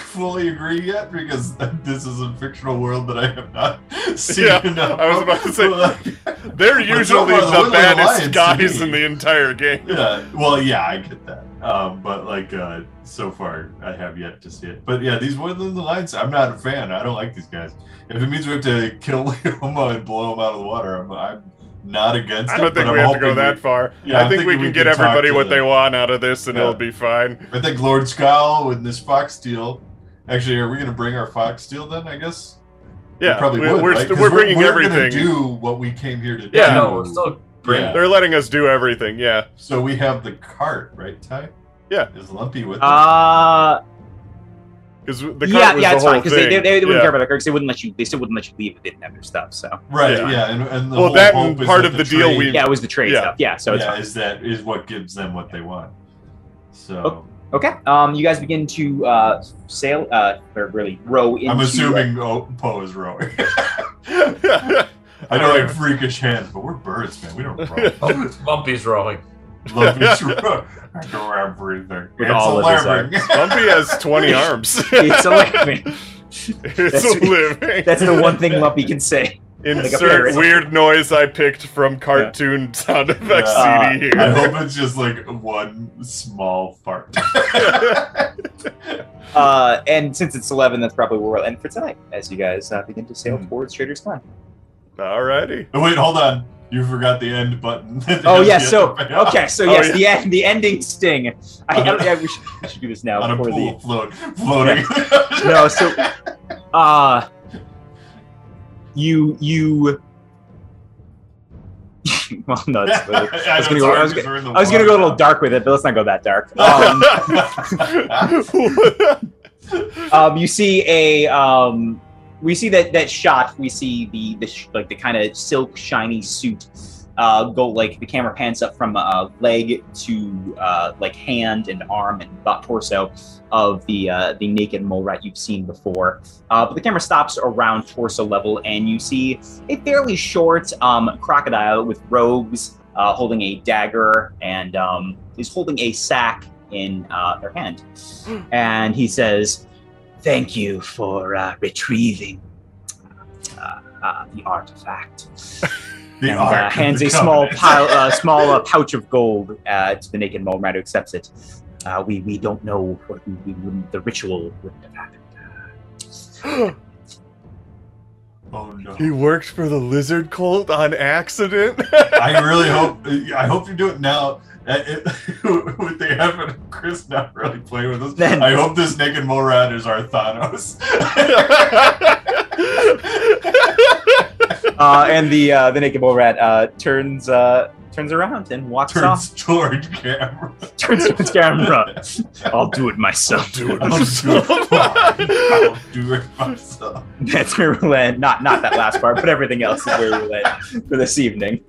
S2: fully agree yet because this is a fictional world that I have not seen
S3: Yeah,
S2: enough.
S3: I was
S2: of.
S3: about to say-
S2: But, like,
S3: They're
S2: But so
S3: usually
S2: far, the
S3: the
S2: Woodland
S3: baddest
S2: Alliance to
S3: guys
S2: me-
S3: in the entire game.
S2: yeah. Uh, Well, yeah, I get that. Um, but like uh, so far, I have yet to see it. But yeah, these Woodland Alliance, I'm not a fan. I don't like these guys. If it means we have to kill Leoma and blow him out of the water, I'm, I'm not against
S3: I
S2: it.
S3: don't
S2: but
S3: think
S2: I'm
S3: we have to go
S2: hoping
S3: that
S2: we-
S3: far.
S2: Yeah,
S3: I
S2: I'm
S3: think we
S2: thinking
S3: can
S2: we
S3: get
S2: can talk
S3: everybody
S2: to
S3: what they
S2: them.
S3: want out of this, and
S2: Yeah.
S3: it'll be fine.
S2: I think Lord Scowl with this Fox Steel. Actually, are we going to bring our Fox Steel then? I guess. We
S3: Yeah,
S2: probably
S3: we,
S2: would,
S3: are
S2: right? 'Cause
S3: we're bringing
S2: we're gonna
S3: everything.
S2: do what we came here to do.
S5: Yeah, no, we're still bringing.
S2: Yeah.
S3: They're letting us do everything. Yeah,
S2: So we have the cart, right, Ty?
S3: Yeah.
S2: Is Lumpy with us?
S1: Uh,
S3: because the cart
S1: yeah,
S3: was
S1: yeah,
S3: the
S1: it's
S3: whole
S1: fine because they,
S3: thing.
S1: they, they wouldn't
S3: yeah.
S1: care about the Kirk. They wouldn't let you. They still wouldn't let you leave if they didn't have their stuff. So
S2: Right.
S3: Yeah.
S2: Yeah. and, and the
S3: Well,
S2: whole
S3: that
S2: hope
S3: and
S2: is
S3: part
S2: that
S3: of
S2: the,
S3: the deal
S2: trade-
S3: we-
S1: yeah, it was the trade
S3: Yeah.
S1: stuff. Yeah, so it's
S2: yeah,
S1: fine.
S2: is that is what gives them what they want. So
S1: Okay. Um, you guys begin to uh, sail, uh, or really row into. uh,
S2: I'm assuming oh, Poe is rowing. I know I have freakish hands, but we're birds, man. We don't row.
S5: oh, Lumpy's rowing.
S2: Lumpy's row. I do everything.
S1: With
S2: it's
S1: all
S2: a
S1: of his Oh,
S2: living.
S3: Bumpy has twenty arms.
S1: it's a living.
S3: it's a
S1: That's-
S3: living.
S1: That's the one thing Lumpy can say.
S3: Insert
S1: parrot.
S3: weird noise I picked from cartoon sound effects
S1: Uh,
S3: CD
S2: I
S3: here.
S2: hope it's just like one small fart.
S1: Uh, and since it's eleven, that's probably where we'll end for tonight. As you guys uh, begin to sail
S2: Hmm.
S1: towards Trader's Con.
S3: Alrighty.
S2: Oh, Wait, hold on. You forgot the end button.
S1: Oh yeah. So okay. So
S3: Oh,
S1: yes,
S3: yeah. Uh-huh.
S1: the end. The ending sting. I,
S2: On a-
S1: I, I, we should, I should do this now
S2: On a
S1: before
S2: pool
S1: the.
S2: float, floating.
S1: No. So. Uh, you you. well, no. It's, I was gonna go. I was, gonna- I was gonna go a little dark with it, but let's not go that dark. Um, um, you see a um, we see that that shot we see the the sh- like the kind of silk shiny suit uh, go like the camera pans up from uh, leg to uh, like hand and arm and butt torso of the uh, the naked mole rat you've seen before uh, but the camera stops around torso level and you see a fairly short um, crocodile with robes uh, holding a dagger and um, is holding a sack in uh, their hand and he says Thank you for uh, retrieving uh, uh, the artifact.
S2: the
S1: and,
S2: Ark
S1: uh,
S2: of
S1: hands
S2: the
S1: a small
S2: Covenant.
S1: pile, uh, small uh, pouch of gold uh, to the naked mole rat who accepts it. Uh, we we don't know what we, we wouldn't, the ritual wouldn't have happened.
S2: Oh no!
S3: He worked for the lizard cult on accident.
S2: I really hope. I hope you do it now. Uh, it- With the effort of Chris not really playing with us,
S1: Then-
S2: I hope this naked Morad is our Thanos.
S1: Uh, and the uh, the naked bull rat uh, turns uh, turns around and walks
S2: Turns toward camera.
S1: off. Turns to the camera. I'll do it myself.
S2: I'll do it. I'll do it myself.
S1: That's where we'll end. Not not that last part, but everything else is where we'll end for this evening.